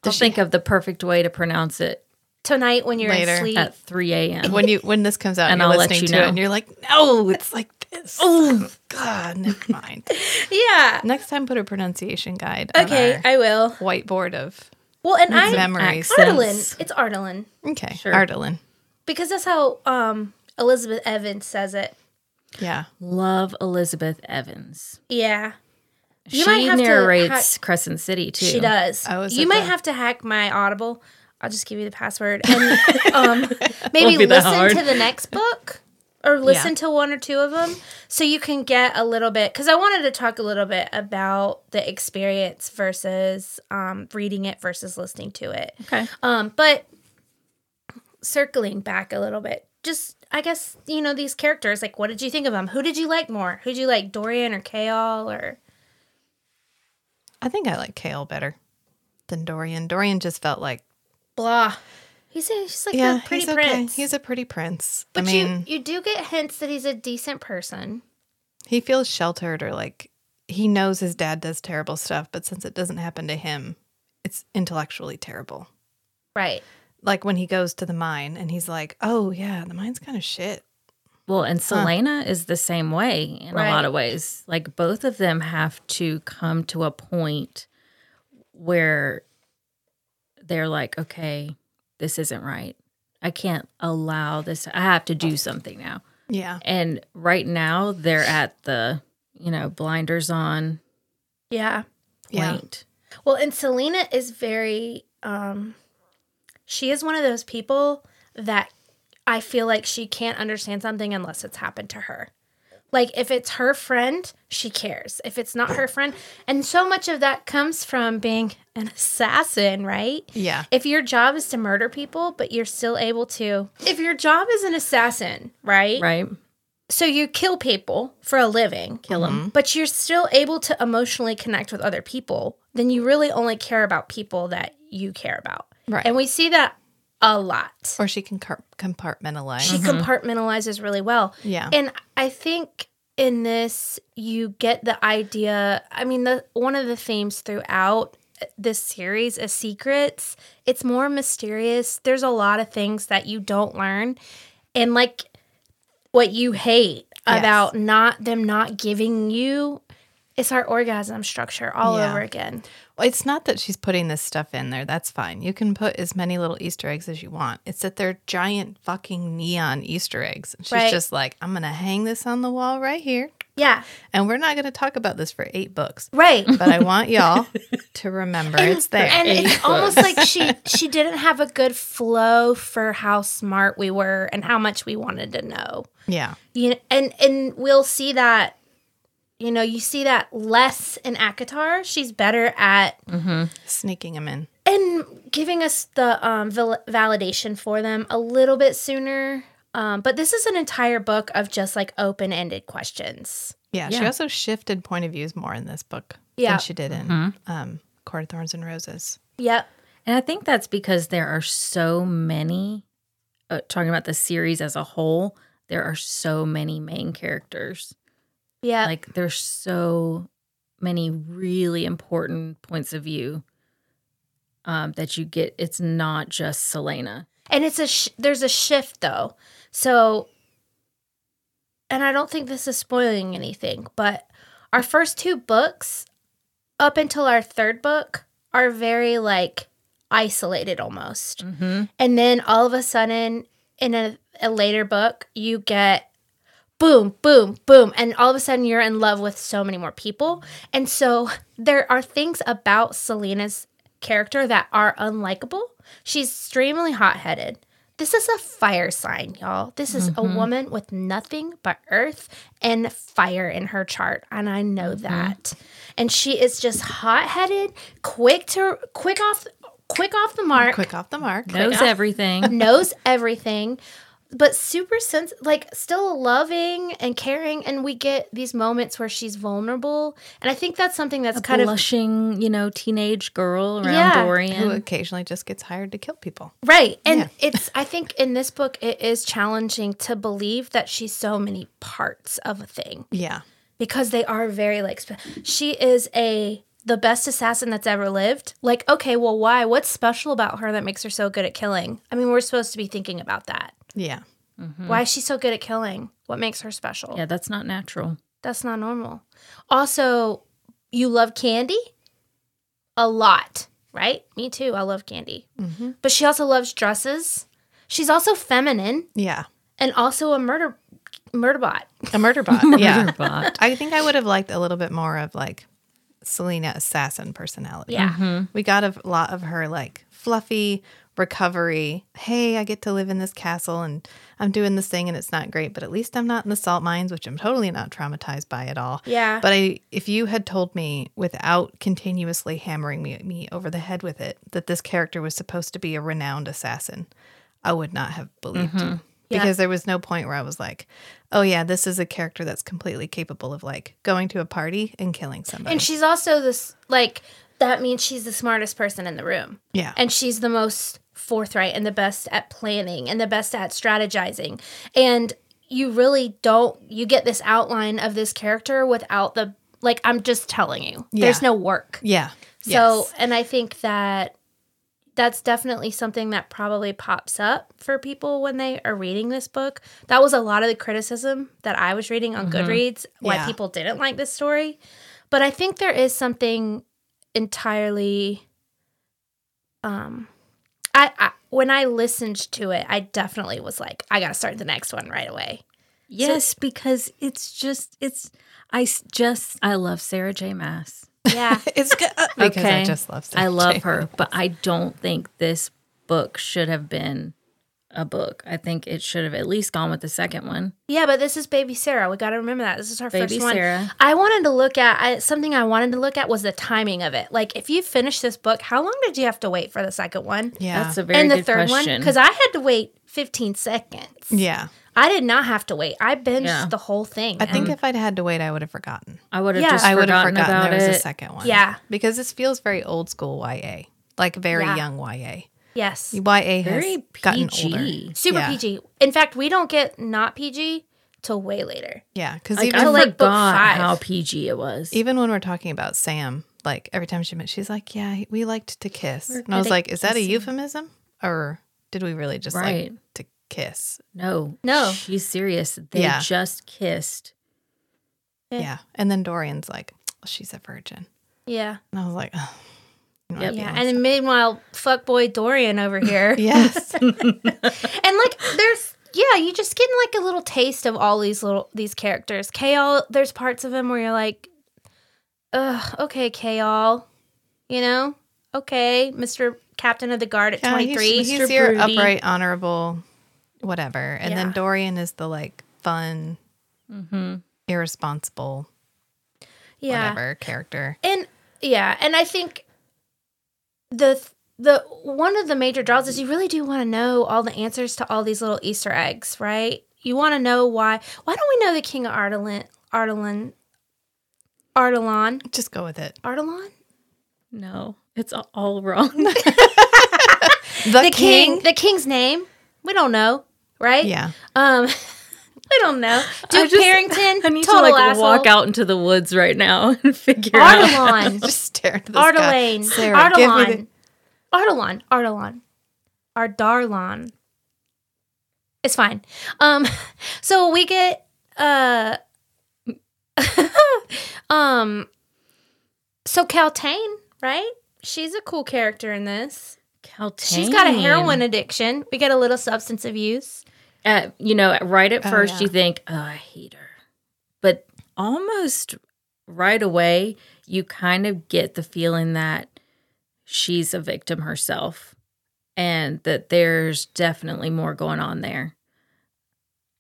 Speaker 1: Does she-
Speaker 4: think of the perfect way to pronounce it
Speaker 2: tonight when you're
Speaker 1: Later.
Speaker 2: asleep.
Speaker 4: at 3 a.m.
Speaker 1: When you when this comes out and,
Speaker 4: And
Speaker 1: you're
Speaker 4: I'll let
Speaker 1: listening
Speaker 4: you
Speaker 1: to
Speaker 4: know.
Speaker 1: it and you're like, no, it's like this. Oh God, never mind.
Speaker 2: yeah.
Speaker 1: Next time, put a pronunciation guide.
Speaker 2: Okay,
Speaker 1: on our
Speaker 2: I will.
Speaker 1: whiteboard of
Speaker 2: Well, and I
Speaker 1: memories.
Speaker 2: Ardalan. It's Ardalan.
Speaker 1: Okay,
Speaker 4: Sure.
Speaker 1: Ardalan.
Speaker 2: because that's how um Elizabeth Evans says it.
Speaker 1: Yeah,
Speaker 4: Love Elizabeth Evans.
Speaker 2: Yeah, You
Speaker 4: she
Speaker 2: might have to
Speaker 4: narrates Crescent City too.
Speaker 2: she does.
Speaker 1: Oh, is
Speaker 2: you
Speaker 1: it
Speaker 2: might
Speaker 1: the-
Speaker 2: have to hack my Audible. I'll just give you the password and um, maybe
Speaker 4: Won't be that
Speaker 2: listen
Speaker 4: hard.
Speaker 2: to the next book or listen to one or two of them so you can get a little bit because I wanted to talk a little bit about the experience versus um, reading it versus listening to it.
Speaker 4: Okay.
Speaker 2: Um, but circling back a little bit, just I guess you know these characters. Like, what did you think of them? Who did you like more? Who did you like, Dorian or Kaol or?
Speaker 1: I think I like Kale better than Dorian. Dorian just felt like
Speaker 2: blah. He's a, he's like
Speaker 1: yeah,
Speaker 2: a pretty
Speaker 1: he's
Speaker 2: prince.
Speaker 1: okay. He's a pretty prince.
Speaker 2: but
Speaker 1: I mean,
Speaker 2: you you do get hints that he's a decent person.
Speaker 1: he feels sheltered or like he knows his dad does terrible stuff, but since it doesn't happen to him, it's intellectually terrible.
Speaker 2: Right.
Speaker 1: Like when he goes to the mine and he's like, "Oh yeah, the mine's kind of shit."
Speaker 4: Well, and Selena is the same way in
Speaker 2: Right.
Speaker 4: a lot of ways. Like both of them have to come to a point where they're like, okay, this isn't right. I can't allow this. I have to do something now.
Speaker 1: Yeah,
Speaker 4: And right now they're at the, you know, blinders on
Speaker 2: Yeah.
Speaker 1: Yeah.
Speaker 4: point.
Speaker 2: Well, and Selena is very um she is one of those people that I feel like she can't understand something unless it's happened to her. Like if it's her friend, she cares. If it's not her friend, and so much of that comes from being an assassin, right?
Speaker 1: Yeah.
Speaker 2: If your job is to murder people, but you're still able to If your job is an assassin, right?
Speaker 4: right?
Speaker 2: So you kill people for a living. Kill them. But you're still able to emotionally connect with other people, then you really only care about people that you care about.
Speaker 1: Right.
Speaker 2: And we see that a lot.
Speaker 1: Or she can car- compartmentalize.
Speaker 2: She compartmentalizes really well.
Speaker 1: yeah.
Speaker 2: And I think in this, you get the idea. I mean, the one of the themes throughout this series is secrets. It's more mysterious. There's a lot of things that you don't learn, and like what you hate
Speaker 1: Yes.
Speaker 2: about not them not giving you. It's our orgasm structure all
Speaker 1: Yeah.
Speaker 2: over again.
Speaker 1: Well, it's not that she's putting this stuff in there. That's fine. You can put as many little Easter eggs as you want. It's that they're giant fucking neon Easter eggs. And she's
Speaker 2: Right.
Speaker 1: just like, I'm going to hang this on the wall right here.
Speaker 2: Yeah,
Speaker 1: And we're not going to talk about this for eight books.
Speaker 2: right.
Speaker 1: But I want y'all to remember it's there.
Speaker 2: And it's almost like she she didn't have a good flow for how smart we were and how much we wanted to know.
Speaker 1: yeah.
Speaker 2: You know, and and we'll see that you know, you see that less in Akatar. She's better at
Speaker 1: Sneaking them in.
Speaker 2: and giving us the um val- validation for them a little bit sooner. Um, but this is an entire book of just like open-ended questions.
Speaker 1: Yeah, She
Speaker 4: Yeah.
Speaker 1: also shifted point of views more in this book
Speaker 2: Yeah.
Speaker 1: than she did
Speaker 4: Hmm.
Speaker 1: in um, Court of Thorns and Roses.
Speaker 2: Yep.
Speaker 4: Mm-hmm. And I think that's because there are so many, uh, talking about the series as a whole, there are so many main characters.
Speaker 2: Yeah.
Speaker 4: Like, there's so many really important points of view um, that you get. It's not just Selena.
Speaker 2: And it's a sh- there's a shift though. So and I don't think this is spoiling anything, but our first two books up until our third book are very like isolated almost.
Speaker 4: Mm-hmm.
Speaker 2: And then all of a sudden in a, a later book, you get boom, boom, boom and all of a sudden you're in love with so many more people. And so there are things about Selena's character that are unlikable. She's extremely hot headed. This is a fire sign, y'all. This is a woman with nothing but earth and fire in her chart, and I know that. And she is just hot headed, quick to quick off, quick off the mark
Speaker 1: Quick off the mark.
Speaker 4: Knows everything.
Speaker 2: knows everything, but super sense like still loving and caring. And we get these moments where she's vulnerable, and I think that's something that's kind
Speaker 4: blushing, you know, teenage girl around
Speaker 2: Yeah.
Speaker 1: Who
Speaker 4: Dorian.
Speaker 1: occasionally just gets hired to kill people.
Speaker 2: of right. And
Speaker 1: Yeah.
Speaker 2: it's I think in this book it is challenging to believe that she's so many parts of a thing
Speaker 1: Yeah.
Speaker 2: because they are very like spe- she is a the best assassin that's ever lived. Like, okay, well, why? What's special about her that makes her so good at killing? I mean, we're supposed to be thinking about that.
Speaker 1: Yeah.
Speaker 2: Why is she so good at killing? What makes her special?
Speaker 4: Yeah, that's not natural.
Speaker 2: That's not normal. Also, you love candy a lot, right? Me too. I love candy. But she also loves dresses. She's also feminine
Speaker 1: Yeah.
Speaker 2: and also a murder murder bot.
Speaker 1: A murder bot. yeah.
Speaker 4: But
Speaker 1: I think I would have liked a little bit more of like Selena assassin personality.
Speaker 2: Yeah.
Speaker 1: Mm-hmm. We got a lot of her like fluffy recovery. Hey, I get to live in this castle and I'm doing this thing and it's not great, but at least I'm not in the salt mines, which I'm totally not traumatized by at all.
Speaker 2: Yeah.
Speaker 1: But I if you had told me without continuously hammering me, me over the head with it that this character was supposed to be a renowned assassin, I would not have believed you.
Speaker 2: Mm-hmm. Yeah.
Speaker 1: Because there was no point where I was like, "Oh yeah, this is a character that's completely capable of like going to a party and killing somebody."
Speaker 2: and she's also this like that means she's the smartest person in the room.
Speaker 1: yeah,
Speaker 2: And she's the most forthright and the best at planning and the best at strategizing. And you really don't you get this outline of this character without the like I'm just telling you. There's
Speaker 1: Yeah.
Speaker 2: no work.
Speaker 1: yeah.
Speaker 2: So
Speaker 1: Yes.
Speaker 2: and I think that that's definitely something that probably pops up for people when they are reading this book. That was a lot of the criticism that I was reading on Goodreads why
Speaker 1: Mm-hmm. Yeah.
Speaker 2: people didn't like this story. But I think there is something entirely um I, I when I listened to it, I definitely was like, I gotta start the next one right away.
Speaker 4: yes, because it's just it's I s- just I love Sarah J. Mass.
Speaker 2: Yeah.
Speaker 1: it's good uh, because I
Speaker 4: Okay.
Speaker 1: just love.
Speaker 4: I
Speaker 1: Sarah
Speaker 4: love
Speaker 1: J.
Speaker 4: her, but I don't think this book should have been a book. I think it should have at least gone with the second one.
Speaker 2: Yeah, but this is Baby Sarah. We got to remember that. This is her
Speaker 4: Baby
Speaker 2: first one.
Speaker 4: Sarah.
Speaker 2: I wanted to look at I, something I wanted to look at was the timing of it. Like, if you finish this book, how long did you have to wait for the second one?
Speaker 1: Yeah.
Speaker 4: That's a very
Speaker 2: and the
Speaker 4: good
Speaker 2: third one?
Speaker 4: question.
Speaker 2: Because I had to wait 15 seconds.
Speaker 1: yeah.
Speaker 2: I did not have to wait. I binged
Speaker 4: Yeah.
Speaker 2: the whole thing.
Speaker 1: I think
Speaker 2: and-
Speaker 1: if I'd had to wait, I would have forgotten.
Speaker 4: I would have
Speaker 2: Yeah.
Speaker 4: just
Speaker 1: I would have
Speaker 4: forgotten,
Speaker 1: forgotten
Speaker 4: about
Speaker 1: there was a
Speaker 4: it.
Speaker 1: second one.
Speaker 2: Yeah.
Speaker 1: Because this feels very old school YA, like very
Speaker 2: Yeah.
Speaker 1: young YA.
Speaker 2: yes.
Speaker 1: YA has
Speaker 4: Very
Speaker 1: gotten
Speaker 4: PG.
Speaker 1: older.
Speaker 2: Super
Speaker 1: yeah.
Speaker 2: PG. In fact, we don't get not PG till way later.
Speaker 1: Yeah. Because
Speaker 4: Like,
Speaker 1: even
Speaker 4: I
Speaker 2: Until, like, book
Speaker 4: forgot
Speaker 2: five.
Speaker 4: how PG it was.
Speaker 1: even when we're talking about Sam, like every time she met, she's like, "Yeah, he- we liked to kiss," and I was
Speaker 4: good at
Speaker 1: like, "Is that a
Speaker 4: kissing."
Speaker 1: euphemism, or did we really just
Speaker 4: Right.
Speaker 1: like to kiss?"
Speaker 4: no,
Speaker 2: No.
Speaker 4: she's serious. They
Speaker 1: Yeah.
Speaker 4: just kissed.
Speaker 2: Yeah.
Speaker 1: Yeah. And then Dorian's like, "She's a virgin,"
Speaker 2: Yeah.
Speaker 1: and I was like, oh, you know,
Speaker 4: Yep.
Speaker 1: I'd be
Speaker 2: Yeah.
Speaker 1: honest.
Speaker 2: And then meanwhile, fuckboy Dorian over here.
Speaker 1: yes,
Speaker 2: And like there's yeah, you just getting like a little taste of all these little these characters. Kale, there's parts of him where you're like, Ugh, okay, Kale. You know? Okay, Mr. Captain of the Guard at
Speaker 1: Yeah, he's-
Speaker 2: twenty three.
Speaker 1: He's,
Speaker 4: Mr.
Speaker 1: your
Speaker 4: Broody.
Speaker 1: upright, honorable, whatever. And
Speaker 2: Yeah.
Speaker 1: then Dorian is the like fun,
Speaker 4: Mm-hmm.
Speaker 1: irresponsible,
Speaker 2: Yeah.
Speaker 1: whatever character.
Speaker 2: And yeah, and I think the the one of the major draws is you really do want to know all the answers to all these little Easter eggs, right? You want to know why why don't we know the King of Ardalan Ardalan Ardalan
Speaker 1: Just go with it.
Speaker 2: Ardalan
Speaker 4: No, it's a- all wrong.
Speaker 1: The,
Speaker 2: the king. the king's name we don't know right
Speaker 1: Yeah.
Speaker 2: um we don't know Duke
Speaker 4: just-
Speaker 2: Parrington
Speaker 4: I need
Speaker 2: total
Speaker 4: to like
Speaker 2: asshole
Speaker 4: walk out into the woods right now and figure out.
Speaker 2: Ardalan
Speaker 1: Just stare at the sky.
Speaker 2: Ardalane
Speaker 1: Sarah, give me the-
Speaker 2: Ardalan Ardalan Ardalan Ardarlan it's fine um so we get uh um so Caltaine right she's a cool character in this
Speaker 4: Caltaine.
Speaker 2: She's got a heroin addiction. We get a little substance abuse.
Speaker 4: At, you know, right at
Speaker 1: Oh,
Speaker 4: first
Speaker 1: yeah.
Speaker 4: you think, oh, I hate her. But almost right away, you kind of get the feeling that she's a victim herself and that there's definitely more going on there.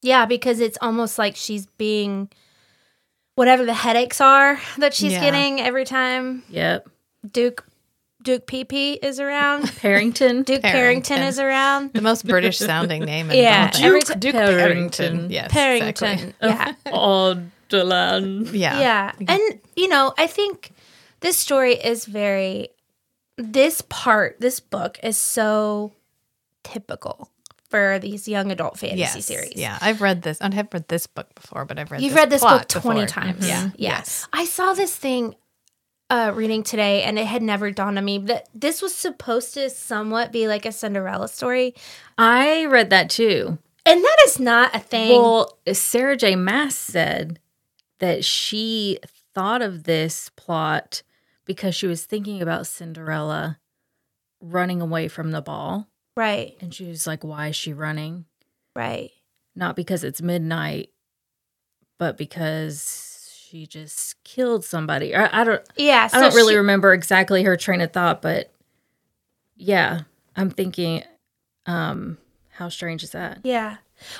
Speaker 2: Yeah, because it's almost like she's being whatever the headaches are that she's
Speaker 1: Yeah.
Speaker 2: getting every time
Speaker 4: Yep.
Speaker 2: Duke Duke PP is around.
Speaker 4: Parrington.
Speaker 2: Duke Parrington,
Speaker 1: Parrington.
Speaker 2: is around.
Speaker 1: The most British sounding name. In
Speaker 2: Yeah,
Speaker 1: Belgium.
Speaker 2: every time
Speaker 1: Duke
Speaker 4: Parrington.
Speaker 1: Parrington. Yes.
Speaker 2: Parrington.
Speaker 1: exactly.
Speaker 2: Yeah.
Speaker 4: Oh, Audelan.
Speaker 1: Yeah.
Speaker 2: Yeah.
Speaker 1: Yeah.
Speaker 2: And, you know, I think this story is very, this part, this book is so typical for these young adult fantasy
Speaker 1: Yes.
Speaker 2: series.
Speaker 1: Yeah. I've read this. I have read this book before, but I've read
Speaker 2: You've
Speaker 1: this
Speaker 2: read this book
Speaker 1: plot
Speaker 2: 20
Speaker 1: before.
Speaker 2: times.
Speaker 1: Yeah.
Speaker 2: Yeah.
Speaker 1: Yes.
Speaker 2: I saw this thing uh, reading today, and it had never dawned on me that this was supposed to somewhat be like a Cinderella story,
Speaker 4: I read that too.
Speaker 2: and that is not a thing.
Speaker 4: Well, Sarah J. Mass said that she thought of this plot because she was thinking about Cinderella running away from the ball.
Speaker 2: right,
Speaker 4: And she was like, why is she running?
Speaker 2: right,
Speaker 4: Not because it's midnight, but because she just killed somebody. I, I don't
Speaker 2: yeah. So
Speaker 4: I don't really
Speaker 2: she-
Speaker 4: remember exactly her train of thought, but yeah, I'm thinking, um, how strange is that?
Speaker 2: yeah.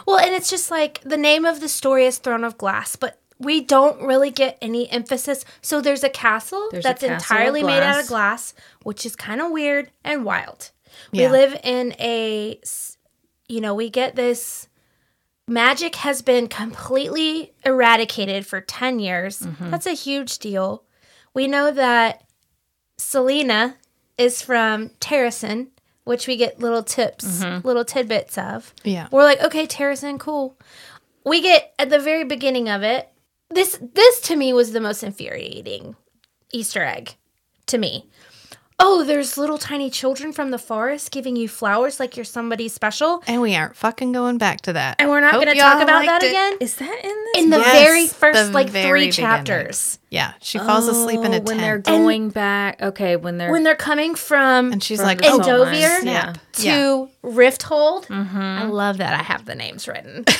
Speaker 2: Well, and it's just like the name of the story is Throne of Glass, but we don't really get any emphasis. So there's a castle
Speaker 4: There's a
Speaker 2: that's
Speaker 4: castle of
Speaker 2: entirely made out of glass,
Speaker 4: glass.
Speaker 2: which is kind of weird and wild.
Speaker 1: Yeah.
Speaker 2: We live in a, s- you know, we get this magic has been completely eradicated for 10 years.
Speaker 4: Mm-hmm.
Speaker 2: That's a huge deal. We know that Selena is from Terracin, which we get little tips,
Speaker 4: Mm-hmm.
Speaker 2: little tidbits of.
Speaker 1: Yeah.
Speaker 2: We're like, okay, Terracin, cool. We get at the very beginning of it. This this to me was the most infuriating Easter egg to me. Oh, there's little tiny children from the forest giving you flowers like you're somebody special,
Speaker 1: And we aren't fucking going back to that.
Speaker 2: and we're not
Speaker 1: Hope
Speaker 2: going to
Speaker 1: y'all
Speaker 2: talk about that
Speaker 1: liked it.
Speaker 2: again
Speaker 4: Is that in this?
Speaker 2: in the
Speaker 1: Yes,
Speaker 2: very first
Speaker 1: the
Speaker 2: like
Speaker 1: very
Speaker 2: three
Speaker 1: beginning.
Speaker 2: chapters
Speaker 1: Yeah. She falls asleep in a
Speaker 4: Oh, when they're
Speaker 1: tent.
Speaker 4: going back. Okay, when they're
Speaker 2: when they're coming from
Speaker 1: And she's like,
Speaker 4: the
Speaker 1: oh,
Speaker 2: salt mines.
Speaker 1: snap.
Speaker 4: Yeah.
Speaker 2: to
Speaker 1: Yeah. Mm-hmm.
Speaker 2: Rift Hold. I love that I have the names written.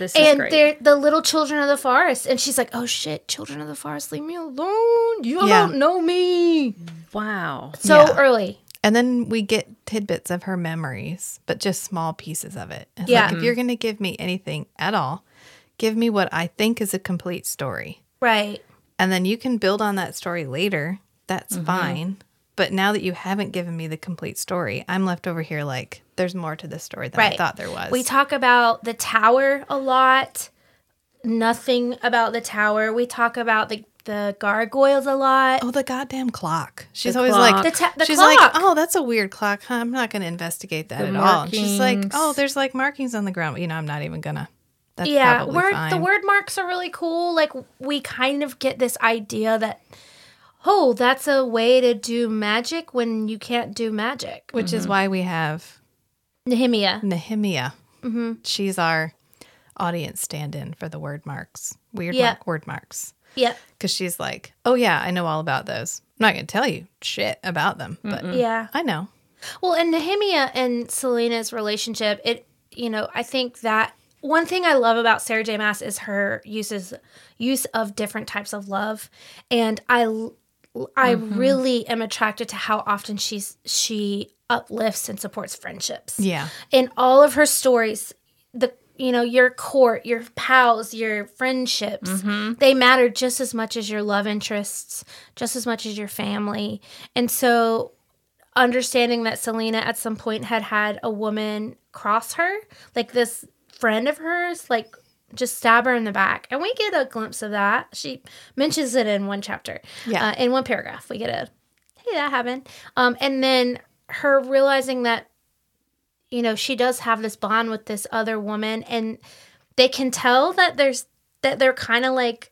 Speaker 4: this is
Speaker 2: and
Speaker 4: great.
Speaker 2: they're the little children of the forest, and she's like, "Oh shit, children of the forest, leave me alone. You
Speaker 1: Yeah.
Speaker 2: don't know me."
Speaker 4: wow.
Speaker 2: So
Speaker 1: Yeah.
Speaker 2: early,
Speaker 1: And then we get tidbits of her memories, but just small pieces of it. It's like,
Speaker 2: Yeah.
Speaker 1: if you're going to give me anything at all, give me what I think is a complete story.
Speaker 2: Right.
Speaker 1: And then you can build on that story later. That's
Speaker 2: Mm-hmm.
Speaker 1: fine. But now that you haven't given me the complete story, I'm left over here like there's more to this story than I
Speaker 2: Right.
Speaker 1: thought there was.
Speaker 2: We talk about the tower a lot. Nothing about the tower. We talk about the the gargoyles a lot.
Speaker 1: Oh, the goddamn clock. She's
Speaker 4: The
Speaker 1: always
Speaker 4: clock.
Speaker 2: The
Speaker 1: like,
Speaker 2: ta- the
Speaker 1: she's like,
Speaker 2: clock.
Speaker 1: oh, that's a weird clock. Huh? I'm not going to investigate that
Speaker 4: The
Speaker 1: at all. And she's like,
Speaker 4: markings.
Speaker 1: oh, there's like markings on the ground. You know, I'm not even gonna. That's
Speaker 2: yeah,
Speaker 1: probably
Speaker 2: word
Speaker 1: fine.
Speaker 2: the word marks are really cool. Like we kind of get this idea that oh, that's a way to do magic when you can't do magic.
Speaker 1: which is why we have
Speaker 2: Nehemia.
Speaker 1: Mm. Nehemia.
Speaker 2: Mm-hmm.
Speaker 1: She's our audience stand-in for the word marks, weird
Speaker 2: Yeah.
Speaker 1: mark, word marks,
Speaker 2: Yep.
Speaker 1: because she's like, oh yeah, I know all about those. I'm not gonna tell you shit about them, but
Speaker 2: Yeah.
Speaker 1: I know.
Speaker 2: Well, in Nehemia and Selena's relationship, it you know, I think that one thing I love about Sarah J. Mass is her uses use of different types of love, and I l- I really am attracted to how often she's she uplifts and supports friendships
Speaker 1: Yeah,
Speaker 2: in all of her stories. The you know your court, your pals, your friendships, they matter just as much as your love interests, just as much as your family, and so understanding that Selena at some point had had a woman cross her, like this friend of hers, like just stab her in the back. And we get a glimpse of that. She mentions it in one chapter.
Speaker 1: Yeah.
Speaker 2: Uh, in one paragraph, we get a, hey, that happened. Um, and then her realizing that, you know, she does have this bond with this other woman and they can tell that there's, that they're kind of like,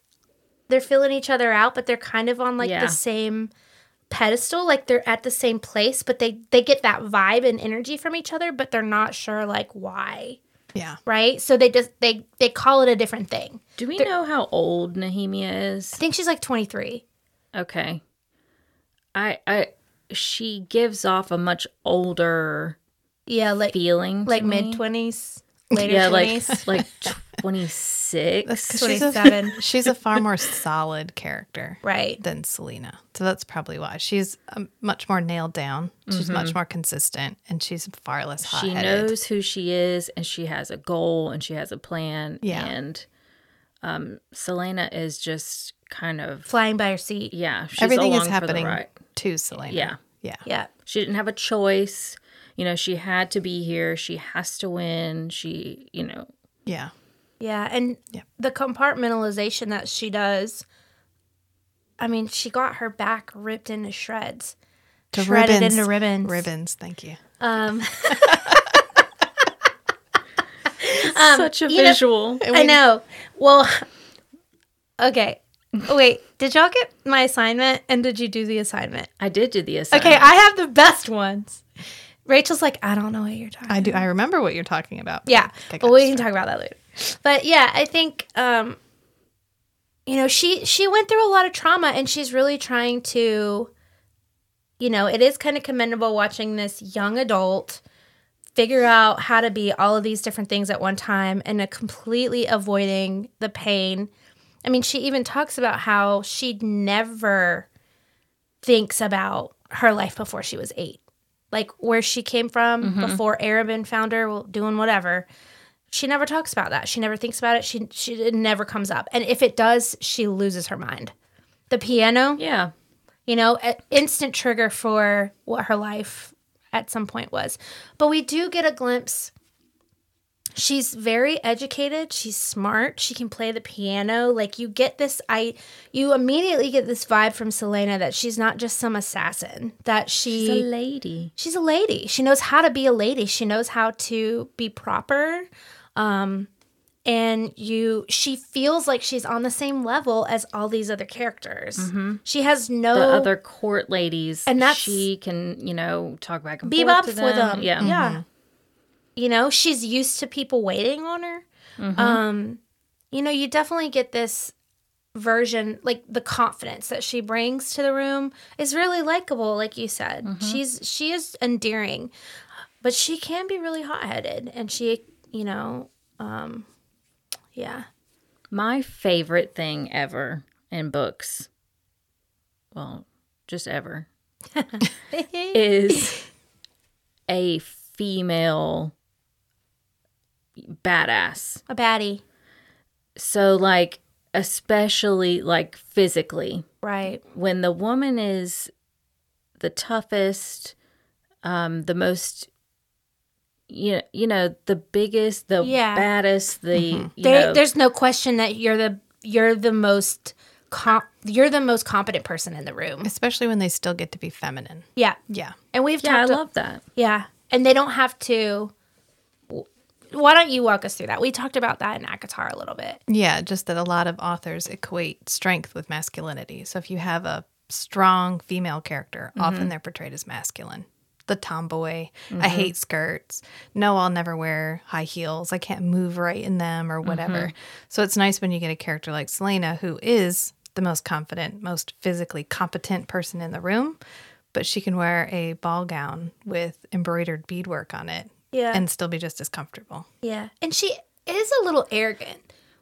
Speaker 2: they're feeling each other out, but they're kind of on like
Speaker 4: Yeah.
Speaker 2: the same pedestal like they're at the same place but they they get that vibe and energy from each other but they're not sure like why
Speaker 1: yeah.
Speaker 2: right so they just they they call it a different thing
Speaker 4: Do we know how old Nehemia
Speaker 2: i
Speaker 4: is?
Speaker 2: think she's like 23
Speaker 4: Okay. I I she gives off a much older
Speaker 2: yeah like
Speaker 4: feeling. to
Speaker 2: like
Speaker 4: me.
Speaker 2: mid 20s later
Speaker 4: Yeah,
Speaker 2: 20s
Speaker 4: like like twenty six.
Speaker 1: 'Cause she's a-
Speaker 2: 27.
Speaker 1: she's a far more solid character.
Speaker 2: right
Speaker 1: than Selena. So that's probably why. She's um, much more nailed down. She's much more consistent and she's far less hot
Speaker 4: Mm-hmm. She
Speaker 1: headed.
Speaker 4: knows who she is and she has a goal and she has a plan.
Speaker 1: Yeah.
Speaker 4: And um Selena is just kind of
Speaker 2: flying by her seat
Speaker 4: yeah, she's
Speaker 1: Everything
Speaker 4: along
Speaker 1: is
Speaker 4: for the
Speaker 1: happening
Speaker 4: ride.
Speaker 1: to Selena.
Speaker 4: Yeah.
Speaker 1: Yeah.
Speaker 2: yeah
Speaker 4: She didn't have a choice. You know, she had to be here. She has to win. She, you know,
Speaker 1: Yeah.
Speaker 2: yeah and
Speaker 1: Yeah.
Speaker 2: the compartmentalization that she does i mean she got her back ripped into shreds
Speaker 1: To
Speaker 2: shredded
Speaker 1: ribbons.
Speaker 2: into ribbons
Speaker 1: Ribbons. Thank you.
Speaker 2: um
Speaker 4: such a
Speaker 2: you know-
Speaker 4: visual.
Speaker 2: I know. Well, okay. Wait, did y'all get my assignment and did you do the assignment?
Speaker 4: I did do the assignment.
Speaker 2: Okay, I have the best ones. Rachel's like, I don't know what you're talking
Speaker 1: I do. I remember what you're talking about.
Speaker 2: yeah.
Speaker 1: Okay,
Speaker 2: Well, we
Speaker 1: gotcha.
Speaker 2: can talk about that later. But yeah, I think um you know, she she went through a lot of trauma and she's really trying to you know, it is kind of commendable watching this young adult figure out how to be all of these different things at one time and uh, completely avoiding the pain. I mean, she even talks about how she never thinks about her life before she was 8 like where she came from before Arabin found her, well, doing whatever. She never talks about that. She never thinks about it. She she it never comes up. And if it does, she loses her mind. The piano,
Speaker 4: Yeah.
Speaker 2: you know, a- instant trigger for what her life at some point was. But we do get a glimpse. She's very educated. She's smart. She can play the piano. Like you get this, I you immediately get this vibe from Selena that she's not just some assassin. That she
Speaker 4: She's a lady.
Speaker 2: she's a lady. She knows how to be a lady. She knows how to be proper. Um, and you, she feels like she's on the same level as all these other characters. She has no
Speaker 4: Mm-hmm. The other court ladies.
Speaker 2: Oh. And that's-
Speaker 4: she can, you know, talk back and
Speaker 2: bebop
Speaker 4: forth.
Speaker 2: for
Speaker 4: to
Speaker 2: them. Mm-hmm.
Speaker 4: Yeah.
Speaker 2: yeah. You know, she's used to people waiting on her. Um, you know, you definitely get this version, like the confidence that she brings to the room is really likable. Like you said, she's she is endearing, but she can be really hot headed, and she, you know, um, yeah,
Speaker 4: My favorite thing ever in books, well, just ever, is a female badass.
Speaker 2: A baddie.
Speaker 4: So like especially like physically
Speaker 2: Right.
Speaker 4: when the woman is the toughest, um, the most, you know, you know, the biggest, the
Speaker 2: Yeah.
Speaker 4: baddest, the you
Speaker 2: There,
Speaker 4: know,
Speaker 2: there's no question that you're the you're the most comp- you're the most competent person in the room.
Speaker 1: Especially when they still get to be feminine.
Speaker 2: Yeah.
Speaker 1: Yeah.
Speaker 2: And we've
Speaker 4: yeah, I
Speaker 2: talked
Speaker 4: love that.
Speaker 2: Yeah. And they don't have to. Why don't you walk us through that? We talked about that in Akatar a little bit.
Speaker 1: Yeah, just that a lot of authors equate strength with masculinity. So if you have a strong female character, often they're portrayed as masculine. The tomboy. I hate skirts. No, I'll never wear high heels. I can't move right in them or whatever. So it's nice when you get a character like Selena who is the most confident, most physically competent person in the room, but she can wear a ball gown with embroidered beadwork on it
Speaker 2: Yeah.
Speaker 1: and still be just as comfortable.
Speaker 2: Yeah. And she is a little arrogant.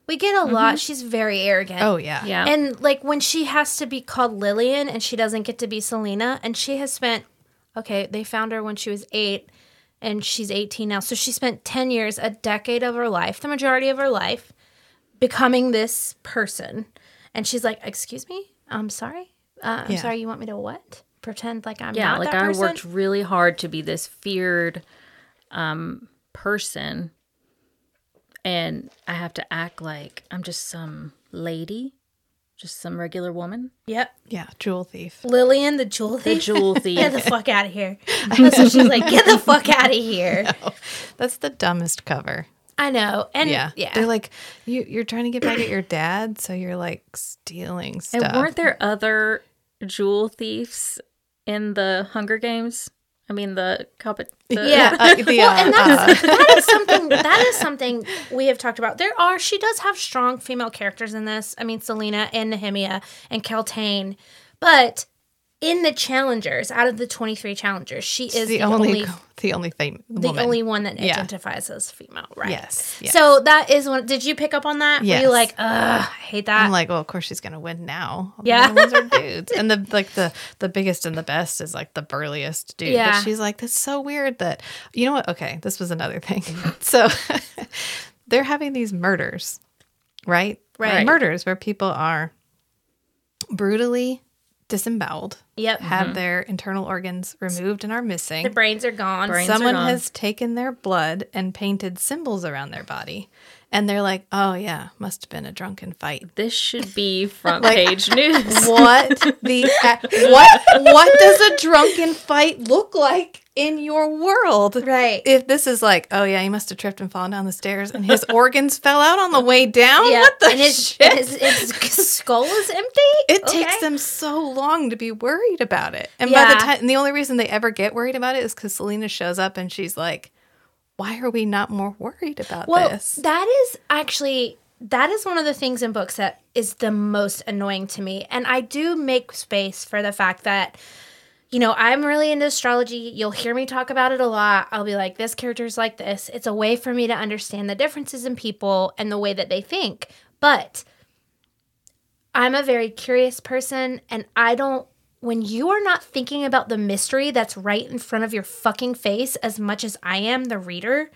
Speaker 2: We get a
Speaker 4: Mm-hmm.
Speaker 2: lot. She's very arrogant.
Speaker 1: Oh yeah.
Speaker 4: Yeah,
Speaker 2: And like when she has to be called Lillian and she doesn't get to be Selena, and she has spent, okay, they found her when she was eight and she's 18 now. So she spent 10 years, a decade of her life, the majority of her life, becoming this person. And she's like, Excuse me? I'm sorry. Uh, I'm
Speaker 1: Yeah.
Speaker 2: sorry, you want me to what? Pretend like I'm
Speaker 4: yeah.
Speaker 2: not
Speaker 4: Like
Speaker 2: that
Speaker 4: I
Speaker 2: person?
Speaker 4: worked really hard to be this feared um, person, and I have to act like I'm just some lady, just some regular woman,
Speaker 2: Yep.
Speaker 1: Yeah. Jewel thief.
Speaker 2: Lillian, the jewel
Speaker 4: the
Speaker 2: thief.
Speaker 4: jewel thief.
Speaker 2: Get the fuck out of here. That's what she's like. Get the fuck out of here.
Speaker 1: That's the dumbest cover.
Speaker 2: I know. And
Speaker 1: Yeah.
Speaker 2: Mm, yeah.
Speaker 1: They're like, you, you're trying to get back at your dad, so you're like stealing stuff.
Speaker 4: And weren't there other jewel thieves in the Hunger Games? I mean, the carpet. The,
Speaker 2: Yeah.
Speaker 1: Uh, the, uh,
Speaker 2: and that's,
Speaker 1: uh,
Speaker 2: that is something that is something we have talked about. There are she does have strong female characters in this. I mean Selena and Nehemia and Keltane, but in the challengers, out of the twenty three challengers, she is
Speaker 1: the, only, the only thing.
Speaker 2: the
Speaker 1: woman.
Speaker 2: only one that
Speaker 1: Yeah.
Speaker 2: identifies as female, right?
Speaker 1: Yes, yes.
Speaker 2: So that is one. Did you pick up on that? Were
Speaker 1: Yes.
Speaker 2: you like, ugh, I hate that.
Speaker 1: I'm like, well, of course she's gonna win now. All the
Speaker 2: Yeah.
Speaker 1: other ones are dudes, and the like the the biggest and the best is like the burliest dude.
Speaker 2: Yeah.
Speaker 1: But she's like, that's so weird that you know what? Okay, this was another thing. so they're having these murders, right?
Speaker 2: Right.
Speaker 1: Murders where people are brutally disemboweled,
Speaker 2: yep.
Speaker 1: have their internal organs removed and are missing.
Speaker 2: The brains are gone.
Speaker 4: Brains are
Speaker 1: Someone
Speaker 4: gone.
Speaker 1: has taken their blood and painted symbols around their body. And they're like, oh, yeah, must have been a drunken fight.
Speaker 4: This should be front page news.
Speaker 1: What the a- what what does a drunken fight look like in your world?
Speaker 2: Right.
Speaker 1: If this is like, oh yeah, he must have tripped and fallen down the stairs and his organs fell out on the way down.
Speaker 2: yeah.
Speaker 1: What the
Speaker 2: and his,
Speaker 1: shit?
Speaker 2: and his, his skull is empty.
Speaker 1: it
Speaker 2: Okay.
Speaker 1: takes them so long to be worried about it. And by
Speaker 2: Yeah.
Speaker 1: the time, and the only reason they ever get worried about it is because Selena shows up and she's like, why are we not more worried about
Speaker 2: Well,
Speaker 1: this?
Speaker 2: that is actually that is one of the things in books that is the most annoying to me. And I do make space for the fact that you know, I'm really into astrology. You'll hear me talk about it a lot. I'll be like this character's like this. It's a way for me to understand the differences in people and the way that they think. But I'm a very curious person and I don't when you are not thinking about the mystery that's right in front of your fucking face as much as I am the reader,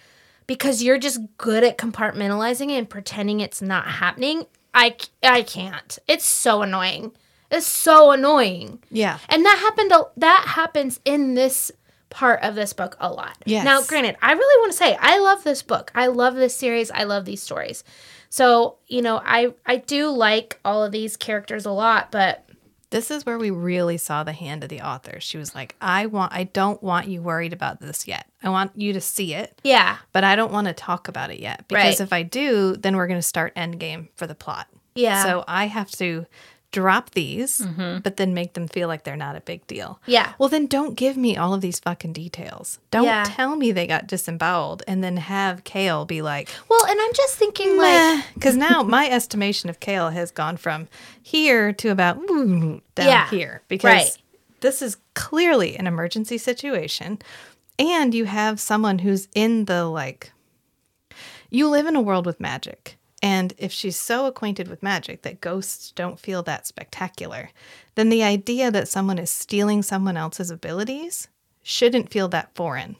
Speaker 2: because you're just good at compartmentalizing it and pretending it's not happening. I c- I can't. It's so annoying. It's so annoying.
Speaker 1: yeah.
Speaker 2: And that happened a, that happens in this part of this book a lot.
Speaker 1: Yes.
Speaker 2: Now, granted, I really want to say I love this book. I love this series. I love these stories. So, you know, I I do like all of these characters a lot, but
Speaker 1: This is where we really saw the hand of the author. She was like, I want, I don't want you worried about this yet. I want you to see it,
Speaker 2: yeah.
Speaker 1: but I don't want to talk about it yet because
Speaker 2: Right.
Speaker 1: if I do, then we're going to start endgame for the plot.
Speaker 2: Yeah. Mm-hmm.
Speaker 1: So I have to drop these, but then make them feel like they're not a big deal.
Speaker 2: Yeah.
Speaker 1: Well, then don't give me all of these fucking details. Don't
Speaker 2: Yeah.
Speaker 1: tell me they got disemboweled and then have Kale be like,
Speaker 2: Well, and I'm just thinking like
Speaker 1: like, because now my estimation of Kale has gone from here to about ooh, down
Speaker 2: Yeah.
Speaker 1: here because
Speaker 2: Right.
Speaker 1: this is clearly an emergency situation. And you have someone who's in the like, you live in a world with magic. And if she's so acquainted with magic that ghosts don't feel that spectacular, then the idea that someone is stealing someone else's abilities shouldn't feel that foreign.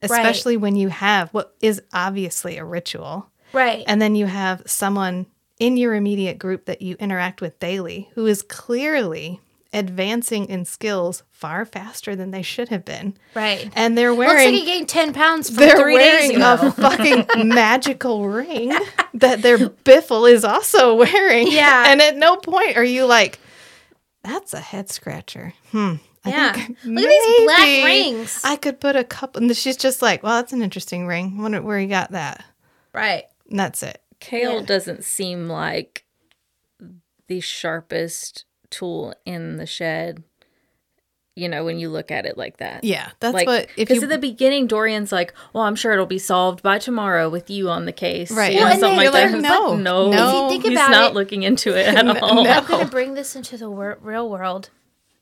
Speaker 1: especially when you have what is obviously a ritual.
Speaker 2: Right.
Speaker 1: And then you have someone in your immediate group that you interact with daily who is clearly advancing in skills far faster than they should have been.
Speaker 2: Right.
Speaker 1: And they're
Speaker 2: Looks like
Speaker 1: wearing
Speaker 2: he gained 10 pounds from
Speaker 1: they're
Speaker 2: three days
Speaker 1: wearing
Speaker 2: ago.
Speaker 1: a fucking magical ring that their biffle is also wearing.
Speaker 2: Yeah.
Speaker 1: And at no point are you like, that's a head scratcher. Hmm. I
Speaker 2: Yeah.
Speaker 1: think
Speaker 2: Look at these black
Speaker 1: maybe
Speaker 2: rings.
Speaker 1: I could put a couple. And she's just like, well, that's an interesting ring. wonder where you got that.
Speaker 2: right.
Speaker 1: And that's it.
Speaker 4: Kale doesn't seem like the sharpest tool in the shed. You know, when you look at it like that.
Speaker 1: Yeah. That's
Speaker 4: like,
Speaker 1: what, if
Speaker 4: because
Speaker 1: you,
Speaker 4: at the beginning, Dorian's like, "Well, I'm sure it'll be solved by tomorrow with you on the case,
Speaker 1: Right.
Speaker 4: You
Speaker 1: Well,
Speaker 4: know,
Speaker 1: and
Speaker 4: something
Speaker 1: then
Speaker 4: like that.
Speaker 1: you're
Speaker 4: He's
Speaker 1: like,
Speaker 4: like,
Speaker 1: no,
Speaker 4: no,
Speaker 1: no. If you
Speaker 2: think
Speaker 4: he's
Speaker 2: about
Speaker 4: not
Speaker 2: it-
Speaker 4: looking into it at all.
Speaker 1: Oh.
Speaker 2: I'm going to bring this into the wor- real world.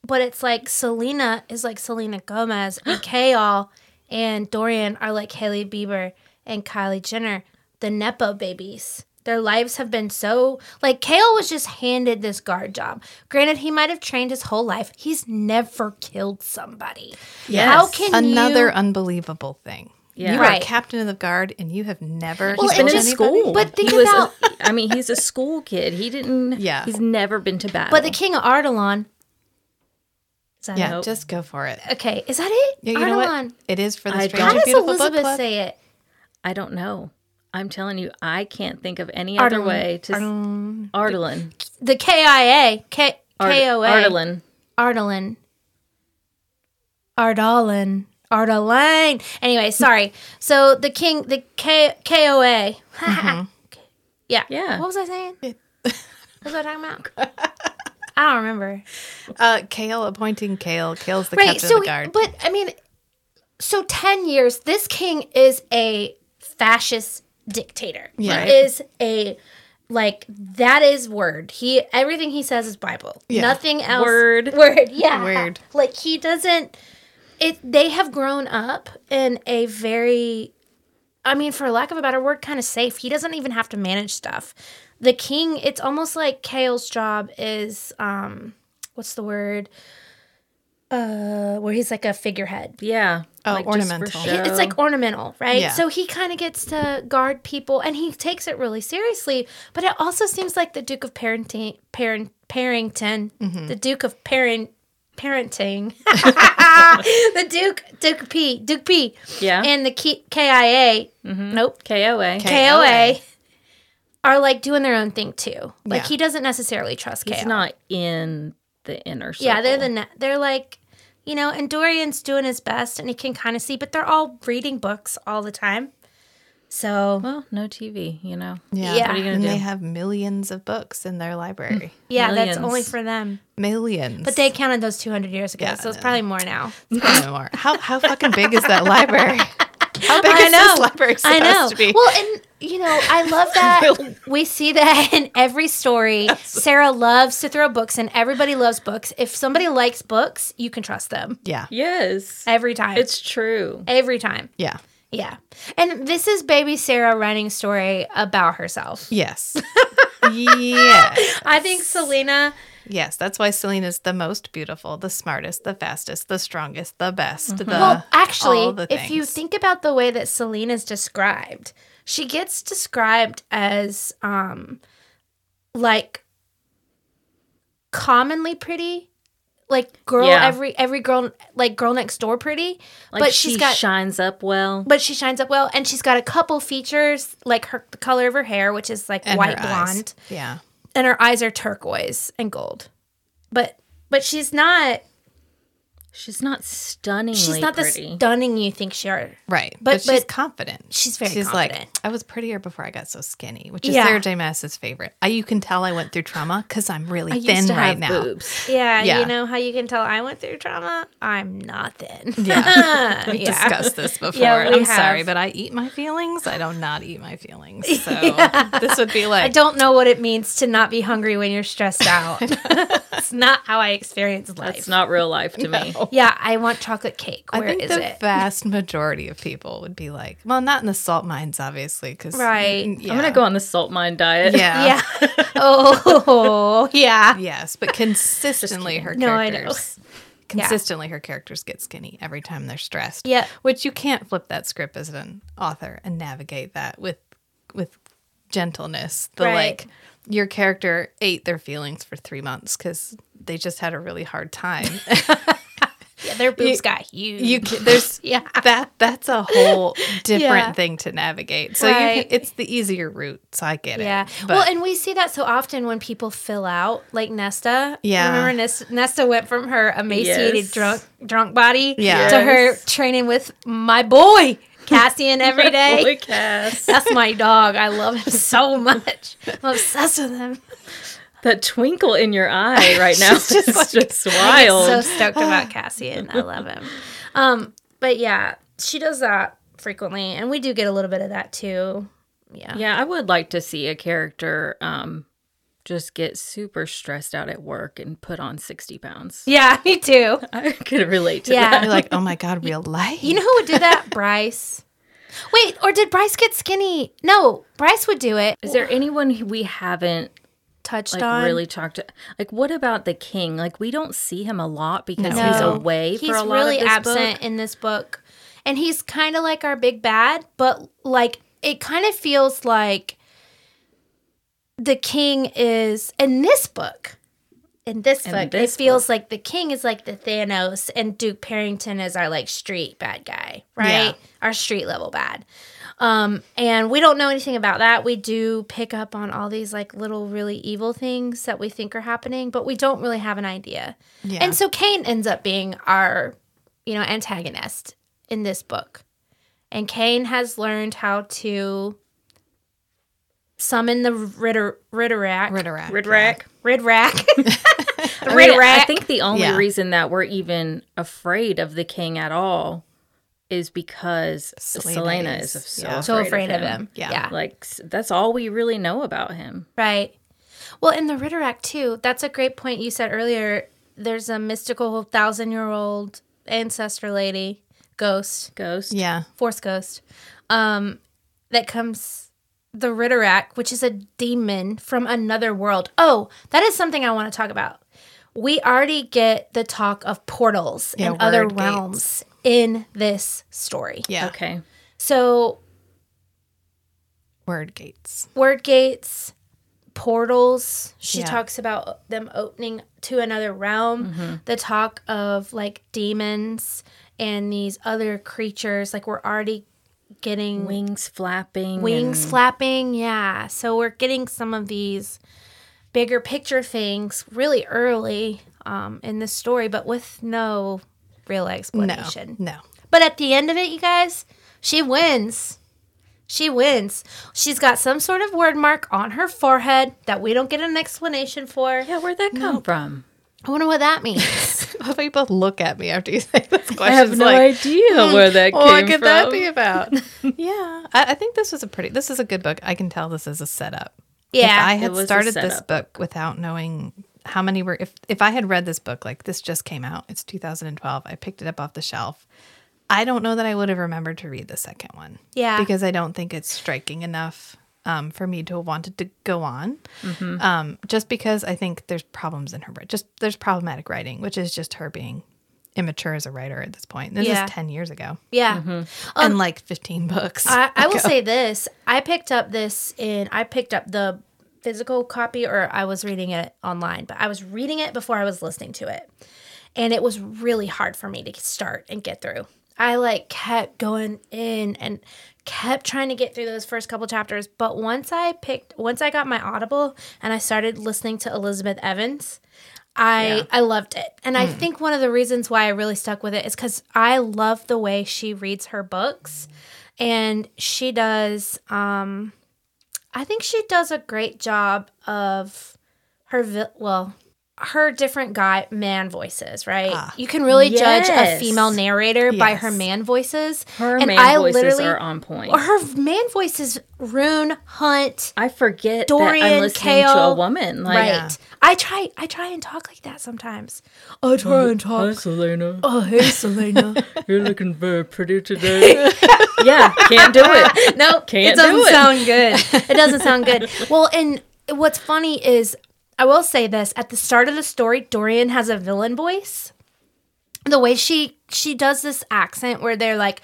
Speaker 2: But it's like Selena is like Selena Gomez and Kale and Dorian are like Haley Bieber and Kylie Jenner, the Nepo babies. Their lives have been so like Kale was just handed this guard job. Granted, he might have trained his whole life. He's never killed somebody. How can
Speaker 1: another
Speaker 2: you-
Speaker 1: unbelievable thing.
Speaker 4: Yeah.
Speaker 1: You
Speaker 2: Right.
Speaker 1: are captain of the guard and you have never
Speaker 2: Well,
Speaker 1: killed
Speaker 2: and
Speaker 4: been in
Speaker 2: just-
Speaker 1: anybody?
Speaker 4: school,
Speaker 2: but think
Speaker 4: he was a-
Speaker 2: about-
Speaker 4: I mean, he's a school kid. He didn't.
Speaker 1: Yeah.
Speaker 4: He's never been to battle.
Speaker 2: But the King of Ardalon. Is that
Speaker 1: Yeah,
Speaker 2: it?
Speaker 1: just go for it.
Speaker 2: Okay, is that it?
Speaker 1: Yeah, you know what?
Speaker 2: Ardalon.
Speaker 1: It is for the
Speaker 4: I
Speaker 1: Strange
Speaker 4: don't-
Speaker 1: and
Speaker 2: How does
Speaker 1: Beautiful Book
Speaker 2: Elizabeth
Speaker 1: Club.
Speaker 2: say it?
Speaker 4: I don't know. I'm telling you, I can't think of any other
Speaker 2: Artelon.
Speaker 4: way to Ardelin. Ardelin.
Speaker 2: The KIA, K- KOA.
Speaker 4: Ardelin.
Speaker 2: Ardalin. Ardalin. Ardalin. Anyway, sorry. So the king, the K- KOA.
Speaker 1: Mm-hmm.
Speaker 2: yeah.
Speaker 4: Yeah.
Speaker 2: What was I saying? what was I talking about? I don't remember.
Speaker 1: Uh, Kale appointing Kale. Kale's the
Speaker 2: right.
Speaker 1: captain
Speaker 2: So,
Speaker 1: of the guard.
Speaker 2: but I mean, so 10 years, this king is a fascist dictator.
Speaker 1: Yeah.
Speaker 2: He is a. Like that is word. He everything he says is Bible.
Speaker 1: Yeah.
Speaker 2: Nothing else.
Speaker 4: Word.
Speaker 2: Word. Yeah.
Speaker 1: Word.
Speaker 2: Like he doesn't. It. They have grown up in a very. I mean, for lack of a better word, kind of safe. He doesn't even have to manage stuff. The king. It's almost like Kale's job is. um What's the word? Uh, where he's like a figurehead.
Speaker 4: Yeah.
Speaker 1: Oh,
Speaker 4: just for
Speaker 1: ornamental.
Speaker 4: show.
Speaker 2: It's like ornamental, right?
Speaker 1: Yeah.
Speaker 2: So he kind of gets to guard people, and he takes it really seriously. But it also seems like the Duke of Parenting, Parent, Parrington, the Duke of Parent, Parenting, the Duke, Duke P, Duke P,
Speaker 4: Yeah.
Speaker 2: and the K- KIA, nope,
Speaker 4: KOA.
Speaker 2: KOA, are like doing their own thing too. Like
Speaker 1: Yeah.
Speaker 2: he doesn't necessarily trust
Speaker 4: He's
Speaker 2: KIA.
Speaker 4: not in the inner circle.
Speaker 2: Yeah, they're the ne- they're like, you know, and Dorian's doing his best, and he can kind of see, but they're all reading books all the time. So
Speaker 4: Well, no TV, you know.
Speaker 1: yeah.
Speaker 2: yeah. What are you
Speaker 4: gonna
Speaker 1: and
Speaker 4: do?
Speaker 1: they have millions of books in their library.
Speaker 2: yeah, that's
Speaker 4: Millions.
Speaker 2: only for them.
Speaker 1: millions.
Speaker 2: Hmm. But they counted those two hundred years ago,
Speaker 1: Yeah,
Speaker 2: so it's
Speaker 1: no.
Speaker 2: probably more now.
Speaker 1: Probably more. How how fucking big is that library? How big is
Speaker 2: know.
Speaker 1: this library supposed
Speaker 2: I know.
Speaker 1: to be?
Speaker 2: Well, and you know, I love that we see that in every story. Sarah loves to throw books, and everybody loves books. If somebody likes books, you can trust them
Speaker 1: yeah.
Speaker 4: Yes.
Speaker 2: every time.
Speaker 4: It's true.
Speaker 2: every time.
Speaker 1: Yeah.
Speaker 2: Yeah. And this is baby Sarah writing a story about herself.
Speaker 1: Yes. yes.
Speaker 2: I think Selena
Speaker 1: Yes. That's why Selena's the most beautiful, the smartest, the fastest, the strongest, the best. The,
Speaker 2: Mm-hmm. Well,
Speaker 1: all
Speaker 2: actually,
Speaker 1: the
Speaker 2: if you
Speaker 1: things.
Speaker 2: think about the way that Selena's described, she gets described as um like commonly pretty, like girl
Speaker 4: Yeah.
Speaker 2: every every girl like girl next door pretty,
Speaker 4: Like
Speaker 2: but
Speaker 4: she
Speaker 2: she's got
Speaker 4: shines up well.
Speaker 2: but she shines up well and she's got a couple features like her the color of her hair which is like
Speaker 1: and
Speaker 2: white
Speaker 1: her eyes.
Speaker 2: blonde
Speaker 1: Yeah.
Speaker 2: and her eyes are turquoise and gold. But but she's not
Speaker 4: She's not stunningly
Speaker 2: she's not
Speaker 4: pretty.
Speaker 2: the stunning you think she are.
Speaker 1: Right.
Speaker 2: But-
Speaker 1: But, she's
Speaker 2: but
Speaker 1: confident.
Speaker 2: she's very
Speaker 1: She's like,
Speaker 2: confident.
Speaker 1: I was prettier before I got so skinny, which is
Speaker 2: Yeah.
Speaker 1: Sarah J. Mass's favorite. I, you can tell I went through trauma because I'm really
Speaker 4: I
Speaker 1: thin
Speaker 4: used to
Speaker 1: right
Speaker 4: have
Speaker 1: now.
Speaker 4: boobs.
Speaker 2: Yeah,
Speaker 1: Yeah.
Speaker 2: you know how you can tell I went through trauma? I'm not thin.
Speaker 1: Yeah. We've
Speaker 2: Yeah.
Speaker 1: discussed this before.
Speaker 2: Yeah, we
Speaker 1: I'm sorry,
Speaker 2: have.
Speaker 1: but I eat my feelings. I don't not eat my feelings. So this would be like
Speaker 2: I don't know what it means to not be hungry when you're stressed out. it's not how I experience life.
Speaker 4: That's not real life to me.
Speaker 2: yeah, I want chocolate cake.
Speaker 1: I
Speaker 2: Where
Speaker 1: think
Speaker 2: is
Speaker 1: the
Speaker 2: it?
Speaker 1: vast majority of people would be like, well, not in the salt mines, obviously, because
Speaker 2: Right. I'm
Speaker 4: I'm gonna go on the salt mine diet.
Speaker 1: Yeah.
Speaker 2: yeah. oh, yeah.
Speaker 1: Yes, but consistently her
Speaker 2: No, I know.
Speaker 1: characters consistently her characters get skinny every time they're stressed.
Speaker 2: Yeah.
Speaker 1: Which you can't flip that script as an author and navigate that with with gentleness. The
Speaker 2: Right.
Speaker 1: like your character ate their feelings for three months because they just had a really hard time.
Speaker 2: Yeah, their boobs
Speaker 1: You-
Speaker 2: got huge.
Speaker 1: you can, there's
Speaker 2: yeah.
Speaker 1: that that's a whole different
Speaker 2: Yeah.
Speaker 1: thing to navigate. So you
Speaker 2: Right.
Speaker 1: can, it's the easier route. So I get
Speaker 2: Yeah.
Speaker 1: it.
Speaker 2: well, and we see that so often when people fill out, like Nesta.
Speaker 1: Yeah.
Speaker 2: Remember Nesta, Nesta went from her emaciated
Speaker 4: Yes.
Speaker 2: drunk drunk body
Speaker 1: Yeah.
Speaker 2: to her training with my boy Cassian every day.
Speaker 4: Cass.
Speaker 2: That's my dog. I love him so much. I'm obsessed with him.
Speaker 4: That twinkle in your eye right now is just,
Speaker 2: I get
Speaker 1: Oh.
Speaker 4: wild.
Speaker 2: so stoked about Cassian. I love him. Um, but yeah, she does that frequently, and we do get a little bit of that too. Yeah.
Speaker 4: yeah, I would like to see a character um, just get super stressed out at work and put on 60 pounds.
Speaker 2: Yeah, me too.
Speaker 4: I could relate to
Speaker 2: Yeah.
Speaker 4: that.
Speaker 1: you're like, oh my god, real life.
Speaker 2: You know who would do that? Bryce. Wait, or did Bryce get skinny? No, Bryce would do it.
Speaker 4: Is there anyone we haven't
Speaker 2: Touched
Speaker 4: like
Speaker 2: on.
Speaker 4: really talked to? Like, what about the king? Like, we don't see him a lot because
Speaker 1: No.
Speaker 4: he's
Speaker 2: No.
Speaker 4: away
Speaker 2: he's
Speaker 4: for a lot
Speaker 2: really
Speaker 4: of this
Speaker 2: absent
Speaker 4: book.
Speaker 2: in this book, and he's kind of like our big bad, but like it kind of feels like the king is in this book. In this
Speaker 4: In
Speaker 2: book,
Speaker 4: this
Speaker 2: it feels like the king is like the Thanos, and Duke Parrington is our like street bad guy, right? Our street level bad. Um, and we don't know anything about that. We do pick up on all these like little really evil things that we think are happening, but we don't really have an idea.
Speaker 1: Yeah.
Speaker 2: And so Cain ends up being our, you know, antagonist in this book. And Cain has learned how to summon the Ritter Ritterack.
Speaker 1: Ritterak.
Speaker 4: Ridrack.
Speaker 2: Ridrack. the
Speaker 4: I, mean,
Speaker 2: Ritterack.
Speaker 4: I think the only
Speaker 1: Yeah.
Speaker 4: reason that we're even afraid of the king at all is because
Speaker 1: Selena
Speaker 4: Selena,
Speaker 1: is-
Speaker 4: is, so,
Speaker 1: yeah.
Speaker 2: so afraid of him.
Speaker 1: Yeah.
Speaker 2: yeah.
Speaker 4: Like s- that's all we really know about him.
Speaker 2: Right. Well, in the Ritterack too, that's a great point you said earlier. There's a mystical thousand year old ancestor lady, ghost,
Speaker 4: Ghost.
Speaker 1: Yeah.
Speaker 2: force ghost, um, that comes the Ritterack, which is a demon from another world. Oh, that is something I want to talk about. We already get the talk of portals
Speaker 1: Yeah,
Speaker 2: and other
Speaker 1: word gates.
Speaker 2: realms in this story.
Speaker 1: Yeah.
Speaker 4: Okay.
Speaker 2: So
Speaker 1: Word gates.
Speaker 2: word gates portals she
Speaker 1: Yeah.
Speaker 2: talks about them opening to another realm
Speaker 1: Mm-hmm.
Speaker 2: the talk of like demons and these other creatures like we're already getting
Speaker 4: Wings flapping.
Speaker 2: wings
Speaker 4: and-
Speaker 2: flapping yeah so we're getting some of these bigger picture things really early um, in the story but with no real
Speaker 1: No.
Speaker 2: explanation
Speaker 1: No.
Speaker 2: but at the end of it, you guys, she wins. She wins. She's got some sort of word mark on her forehead that we don't get an explanation for.
Speaker 4: Yeah, where'd that come from?
Speaker 2: I wonder what that means.
Speaker 1: Well, they both look at me after you say those questions.
Speaker 4: I have no
Speaker 1: like, hmm,
Speaker 4: idea where that came
Speaker 1: What could
Speaker 4: from.
Speaker 1: that be about? yeah, I, I think this was a pretty. This is a good book. I can tell this is a setup. if I
Speaker 2: yeah.
Speaker 1: had
Speaker 4: was a
Speaker 1: started this
Speaker 4: setup.
Speaker 1: book without knowing how many were, if if I had read this book like this just came out, it's 2012. I picked it up off the shelf. I don't know that I would have remembered to read the second one.
Speaker 2: Yeah.
Speaker 1: because I don't think it's striking enough. Um, for me to have wanted to go on,
Speaker 2: Mm-hmm.
Speaker 1: um, just because I think there's problems in her, writ- just there's problematic writing, which is just her being immature as a writer at this point. This
Speaker 2: Yeah.
Speaker 1: is ten years ago
Speaker 2: Yeah.
Speaker 1: and like 15 books.
Speaker 2: I, I will say this. I picked up this in, I picked up the physical copy or I was reading it online, but I was reading it before I was listening to it. And it was really hard for me to start and get through. I like kept going in and kept trying to get through those first couple chapters. But once I picked, once I got my Audible and I started listening to Elizabeth Evans, I I loved it. And I think one of the reasons why I really stuck with it is cuz I love the way she reads her books and she does um I think she does a great job of her vi- well her different guy man voices, right? you can really judge a
Speaker 4: Yes.
Speaker 2: female narrator by her
Speaker 1: Yes.
Speaker 2: man voices.
Speaker 4: Her
Speaker 2: and
Speaker 4: man
Speaker 2: I
Speaker 4: voices
Speaker 2: literally
Speaker 4: are on point.
Speaker 2: or her man voices Rune Hunt
Speaker 4: I forget that
Speaker 2: Dorian,
Speaker 4: I'm listening to
Speaker 2: Kale,
Speaker 4: a woman. Like,
Speaker 2: right. I try I try and talk like that sometimes. I try and talk
Speaker 4: Selena.
Speaker 2: Oh, hey, Selena.
Speaker 4: You're looking very pretty today. yeah, can't do it.
Speaker 2: no,
Speaker 4: Can't
Speaker 2: it doesn't
Speaker 4: do it.
Speaker 2: sound good. It doesn't sound good. Well, and what's funny is I will say this at the start of the story, Dorian has a villain voice.
Speaker 6: the way she she does this accent where they're like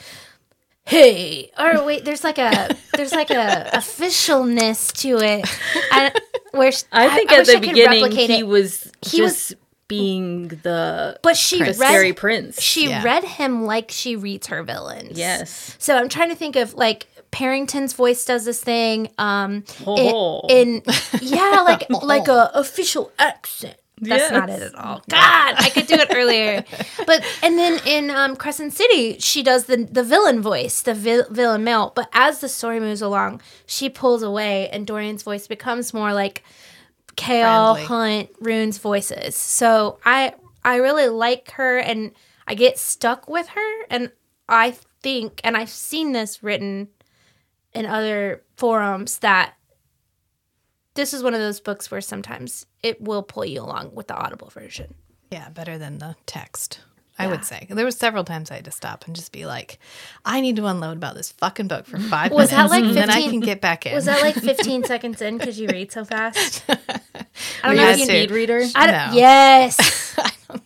Speaker 6: hey
Speaker 2: Or wait, there's like a there's like a officialness to it. I, where she,
Speaker 4: I think at
Speaker 2: wish
Speaker 4: the
Speaker 2: could
Speaker 4: beginning
Speaker 2: replicate
Speaker 4: he
Speaker 2: it.
Speaker 4: was
Speaker 2: He was-
Speaker 4: just being the
Speaker 2: but she
Speaker 1: Prince.
Speaker 2: read
Speaker 4: scary prince.
Speaker 2: she
Speaker 1: Yeah.
Speaker 2: read him like she reads her villains.
Speaker 4: yes.
Speaker 2: So I'm trying to think of like Parrington's voice does this thing. Um,
Speaker 4: Oh.
Speaker 2: in, in yeah, like like a official accent. That's not
Speaker 4: Yes.
Speaker 2: it at all. God, I could do it earlier. but and then in um, Crescent City, she does the the villain voice, the vil- villain male. But as the story moves along, she pulls away, and Dorian's voice becomes more like Kale
Speaker 1: Friendly.
Speaker 2: Hunt Rune's voices. So I I really like her, and I get stuck with her, and I think, and I've seen this written in other forums that this is one of those books where sometimes it will pull you along with the audible version.
Speaker 1: oh, Yeah, better than the text. I would say there were several times I had to stop and just be like, "I need to unload about this fucking book for five
Speaker 2: Was
Speaker 1: minutes,
Speaker 2: that like
Speaker 1: and then I
Speaker 2: 15
Speaker 1: can get back in."
Speaker 2: Was that like 15 seconds in because you read so fast? I
Speaker 1: We
Speaker 2: don't know
Speaker 1: had
Speaker 2: if you.
Speaker 1: to.
Speaker 4: speed reader.
Speaker 2: I don't,
Speaker 1: No.
Speaker 2: Yes. uh-huh.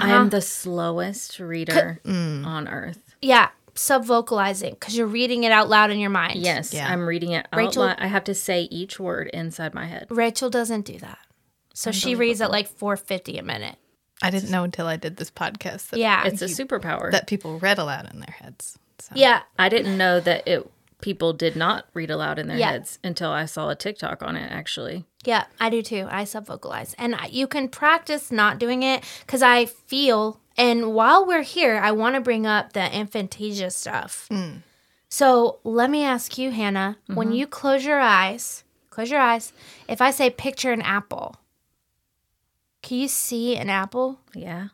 Speaker 4: I am the slowest reader
Speaker 1: Hmm.
Speaker 4: on earth.
Speaker 2: yeah, sub vocalizing because you're reading it out loud in your mind.
Speaker 4: Yes,
Speaker 1: Yeah.
Speaker 4: I'm reading it out
Speaker 2: Rachel-
Speaker 4: loud. I have to say each word inside my head.
Speaker 2: Rachel doesn't do that. So she reads at like 450 a minute.
Speaker 1: I didn't know until I did this podcast that,
Speaker 2: Yeah.
Speaker 4: It's a superpower.
Speaker 1: that people read aloud in their heads. So.
Speaker 2: yeah.
Speaker 4: I didn't know that it people did not read aloud in their
Speaker 2: Yeah.
Speaker 4: heads until I saw a TikTok on it actually.
Speaker 2: Yeah, I do too. I sub vocalize. And I- you can practice not doing it because I feel, and while we're here, I want to bring up the aphantasia stuff.
Speaker 4: Hmm.
Speaker 2: So let me ask you, Hannah,
Speaker 4: Mm-hmm.
Speaker 2: when you close your eyes, close your eyes, if I say picture an apple, can you see an apple?
Speaker 4: Yeah.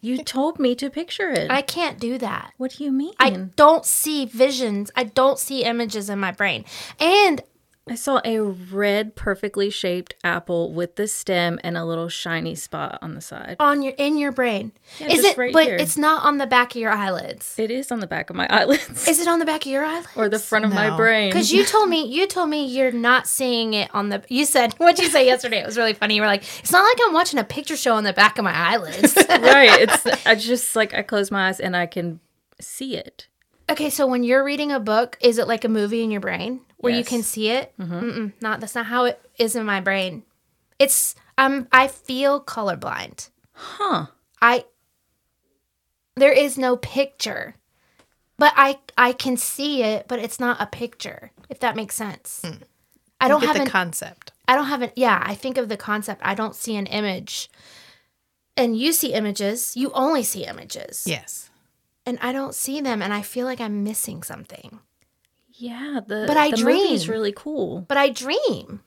Speaker 4: you told me to picture it.
Speaker 2: I can't do that.
Speaker 4: what do you mean?
Speaker 2: I don't see visions. I don't see images in my brain. And
Speaker 4: I saw a red, perfectly shaped apple with the stem and a little shiny spot on the side.
Speaker 2: on your in your brain.
Speaker 4: Yeah,
Speaker 2: Is
Speaker 4: just
Speaker 2: it
Speaker 4: right
Speaker 2: but
Speaker 4: here.
Speaker 2: it's not on the back of your eyelids.
Speaker 4: It is on the back of my eyelids
Speaker 2: Is it on the back of your eyelid?
Speaker 4: or the front of my
Speaker 1: No.
Speaker 4: brain.
Speaker 2: Because you told me you told me you're not seeing it on the. You said what'd you say yesterday? It was really funny. You were like, it's not like I'm watching a picture show on the back of my eyelids.
Speaker 4: right. It's I just like I close my eyes and I can see it.
Speaker 2: okay, so when you're reading a book, is it like a movie in your brain where you
Speaker 4: Yes. Mm-hmm.
Speaker 2: can see it? Mm-mm, not that's not how it is in my brain. It's um I feel colorblind.
Speaker 4: Huh.
Speaker 2: I there is no picture, but I I can see it, but it's not a picture. If that makes sense. I don't
Speaker 1: Hmm. get
Speaker 2: have
Speaker 1: the
Speaker 2: an
Speaker 1: concept.
Speaker 2: I don't have an yeah, I think of the concept. I don't see an image. And you see images, you only see images.
Speaker 1: Yes,
Speaker 2: And I don't see them and I feel like I'm missing something.
Speaker 4: Yeah, the
Speaker 2: But I
Speaker 4: the movie's
Speaker 2: dream.
Speaker 4: really cool.
Speaker 2: But I dream.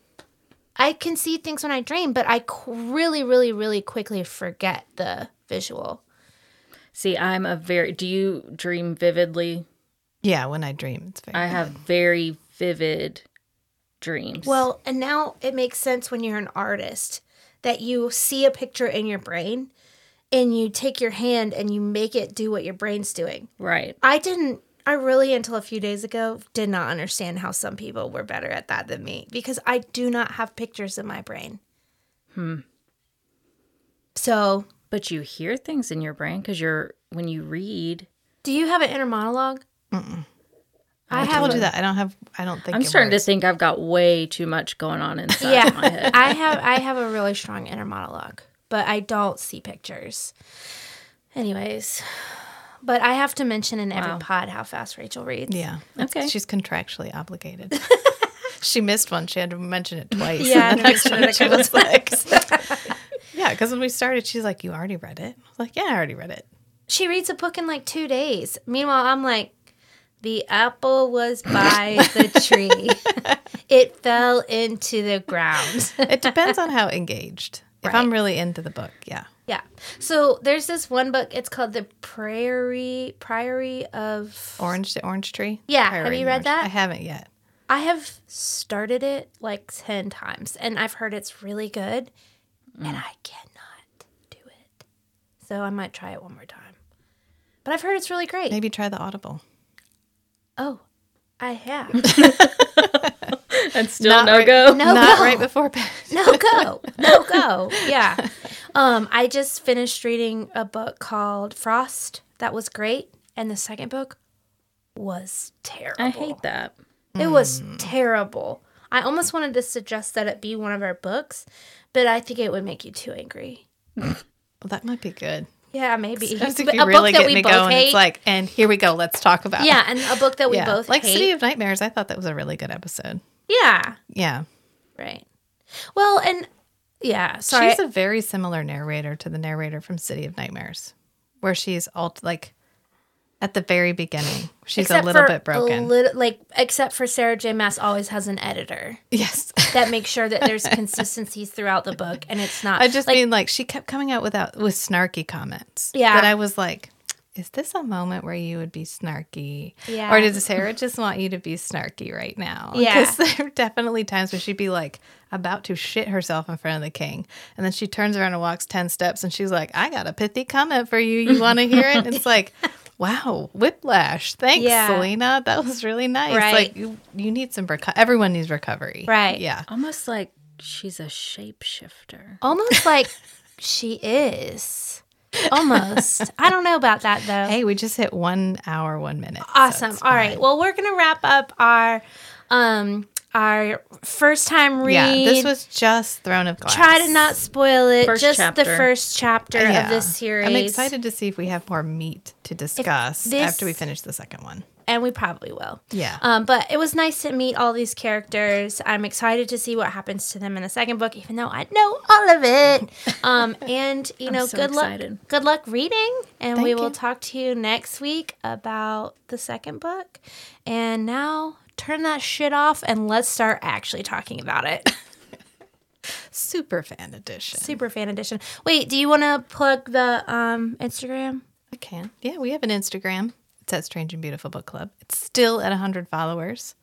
Speaker 2: I can see things when I dream, but I qu- really really really quickly forget the visual.
Speaker 4: See, I'm a very do you dream vividly?
Speaker 1: yeah. When I dream, it's very
Speaker 4: I have very vivid dreams.
Speaker 2: Well, and now it makes sense when you're an artist that you see a picture in your brain and you take your hand and you make it do what your brain's doing.
Speaker 4: right.
Speaker 2: I didn't. I really, until a few days ago, did not understand how some people were better at that than me because I do not have pictures in my brain. Hmm. So,
Speaker 4: But you hear things in your brain cuz you're when you read
Speaker 2: do you have an inner monologue?
Speaker 1: I, told you that I don't have. I don't think
Speaker 4: I'm
Speaker 1: it
Speaker 4: starting
Speaker 1: works.
Speaker 4: to think I've got way too much going on inside
Speaker 2: Yeah.
Speaker 4: my head.
Speaker 2: I have. I have a really strong inner monologue, but I don't see pictures. Anyways, but I have to mention in every pod how fast Rachel reads.
Speaker 1: Yeah.
Speaker 4: Okay.
Speaker 1: She's contractually obligated. she missed one. She had to mention it twice.
Speaker 2: Yeah,
Speaker 1: And the next one she was like, yeah, because when we started, she's like, "You already read it." I was like, "Yeah, I already read it."
Speaker 2: She reads a book in like two days. Meanwhile, I'm like, the apple was by the tree. it fell into the ground.
Speaker 1: It depends on how engaged. If I'm really into the book, yeah.
Speaker 2: yeah. So there's this one book. It's called The Prairie Priory of.
Speaker 1: Orange the orange tree.
Speaker 2: Yeah,
Speaker 1: Prairie
Speaker 2: have you
Speaker 1: and
Speaker 2: read
Speaker 1: Orange-
Speaker 2: that?
Speaker 1: I haven't yet.
Speaker 2: I have started it like ten times, and I've heard it's really good, and I cannot do it. So I might try it one more time. But I've heard it's really great.
Speaker 1: Maybe try the Audible.
Speaker 2: Oh, I have.
Speaker 4: and still
Speaker 1: Not
Speaker 4: no
Speaker 1: right-
Speaker 4: go.
Speaker 2: No
Speaker 1: Not
Speaker 2: go.
Speaker 1: right before bed.
Speaker 2: no go no go yeah Um, I just finished reading a book called Frost. That was great, and the second book was terrible.
Speaker 4: I hate that.
Speaker 2: It was
Speaker 1: Hmm.
Speaker 2: terrible. I almost wanted to suggest that it be one of our books, but I think it would make you too angry.
Speaker 1: Well, that might be good.
Speaker 2: Yeah, maybe.
Speaker 1: Sometimes
Speaker 2: But
Speaker 1: if you really get me going, it's like, and here we go. Let's talk about
Speaker 2: yeah,
Speaker 1: it.
Speaker 2: and a book that we
Speaker 1: Yeah.
Speaker 2: both
Speaker 1: like
Speaker 2: hate.
Speaker 1: City of Nightmares. I thought that was a really good episode.
Speaker 2: yeah,
Speaker 1: Yeah,
Speaker 2: right. Well, and yeah, sorry.
Speaker 1: she's a very similar narrator to the narrator from City of Nightmares, where she's all like at the very beginning. She's a little
Speaker 2: for
Speaker 1: bit broken.
Speaker 2: little- like except for Sarah J. Mass always has an editor
Speaker 1: yes,
Speaker 2: that makes sure that there's consistencies throughout the book, and it's not.
Speaker 1: I just mean like she kept coming out without with snarky comments.
Speaker 2: Yeah.
Speaker 1: that I was like. Is this a moment where you would be snarky?
Speaker 2: Yeah.
Speaker 1: Or does Sarah just want you to be snarky right now?
Speaker 2: Yeah.
Speaker 1: Because there are definitely times where she'd be like about to shit herself in front of the king. And then she turns around and walks 10 steps and she's like, I got a pithy comment for you. You want to hear it? And it's like, wow, whiplash. Thanks,
Speaker 2: Yeah.
Speaker 1: Selena. That was really nice.
Speaker 2: Right.
Speaker 1: Like, you, you need some recovery. Everyone needs recovery.
Speaker 2: Right.
Speaker 1: Yeah.
Speaker 4: Almost like she's a shapeshifter.
Speaker 2: almost like she is. Almost. I don't know about that though.
Speaker 1: Hey, we just hit one hour, one minute. so
Speaker 2: awesome.
Speaker 1: it's
Speaker 2: All right.
Speaker 1: fine.
Speaker 2: Well, we're gonna wrap up our um our first time read.
Speaker 1: Yeah, this was just Throne of Glass.
Speaker 2: try to not spoil it.
Speaker 4: First
Speaker 2: just the
Speaker 4: chapter.
Speaker 2: first chapter
Speaker 1: Yeah.
Speaker 2: of this series.
Speaker 1: I'm excited to see if we have more meat to discuss
Speaker 2: this-
Speaker 1: after we finish the second one.
Speaker 2: and we probably will.
Speaker 1: Yeah.
Speaker 2: Um, but it was nice to meet all these characters. I'm excited to see what happens to them in the second book, even though I know all of it. Um, and you know,
Speaker 4: so
Speaker 2: good
Speaker 4: excited.
Speaker 2: luck, good luck reading, and we
Speaker 1: Thank
Speaker 2: will
Speaker 1: you.
Speaker 2: talk to you next week about the second book. And now, turn that shit off and let's start actually talking about it.
Speaker 1: Super fan edition.
Speaker 2: Super fan edition. Wait, do you want to plug the um, Instagram?
Speaker 1: I can. Yeah, we have an Instagram. It's at Strange and Beautiful Book Club. It's still at 100 followers.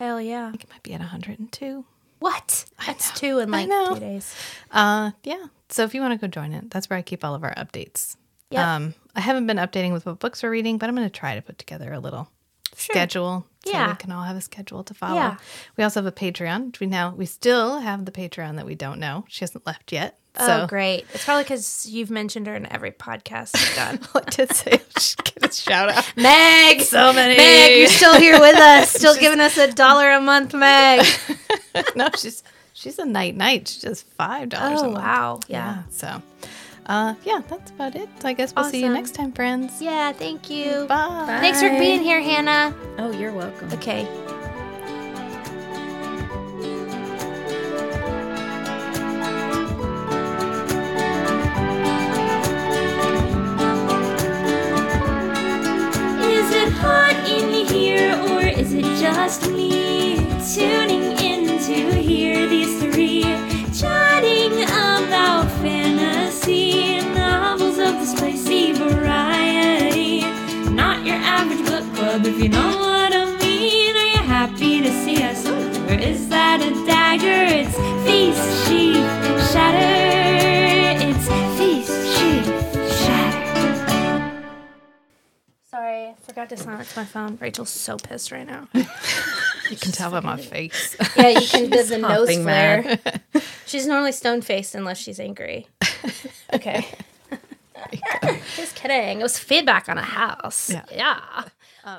Speaker 2: Hell yeah!
Speaker 1: I think it might be at 102.
Speaker 2: What? That's two in like
Speaker 1: know.
Speaker 2: two days.
Speaker 1: Uh, yeah. So if you want to go join it, that's where I keep all of our updates.
Speaker 2: Yep.
Speaker 1: Um, I haven't been updating with what books we're reading, but I'm going to try to put together a little schedule so
Speaker 2: Yeah.
Speaker 1: we can all have a schedule to follow.
Speaker 2: Yeah.
Speaker 1: We also have a Patreon, which we now we still have the Patreon that we don't know. She hasn't left yet.
Speaker 2: oh,
Speaker 1: So
Speaker 2: great. It's probably because you've mentioned her in every podcast you've done.
Speaker 1: I like to say get a shout out.
Speaker 2: Meg!
Speaker 1: So many
Speaker 2: Meg, you're still here with us. Still giving us a dollar a month, Meg.
Speaker 1: no, she's she's a night night. She's just five dollars a
Speaker 2: Oh,
Speaker 1: month.
Speaker 2: wow. Yeah.
Speaker 1: Yeah. So, uh, yeah, that's about it. I guess we'll see you
Speaker 2: Awesome.
Speaker 1: next time, friends.
Speaker 2: Yeah, thank you.
Speaker 1: Bye.
Speaker 2: Thanks for being here, Hannah.
Speaker 4: Oh, you're welcome.
Speaker 2: Okay.
Speaker 5: Is it hot in here or is it just me tuning in to hear these three chatting about fantasy novels of the spicy variety? Not your average book club, if you know what I mean. Are you happy to see us, or is that a dagger? It's feast, sheath, shatter. It's feast, sheath, shatter.
Speaker 2: Sorry, I forgot to silence my phone. Rachel's so pissed right now.
Speaker 1: You can tell by my face.
Speaker 7: Yeah, you can do the nose
Speaker 4: hopping
Speaker 7: flare.
Speaker 2: She's normally stone faced unless she's angry. Okay. Just kidding. It was feedback on a house.
Speaker 1: Yeah.
Speaker 2: yeah.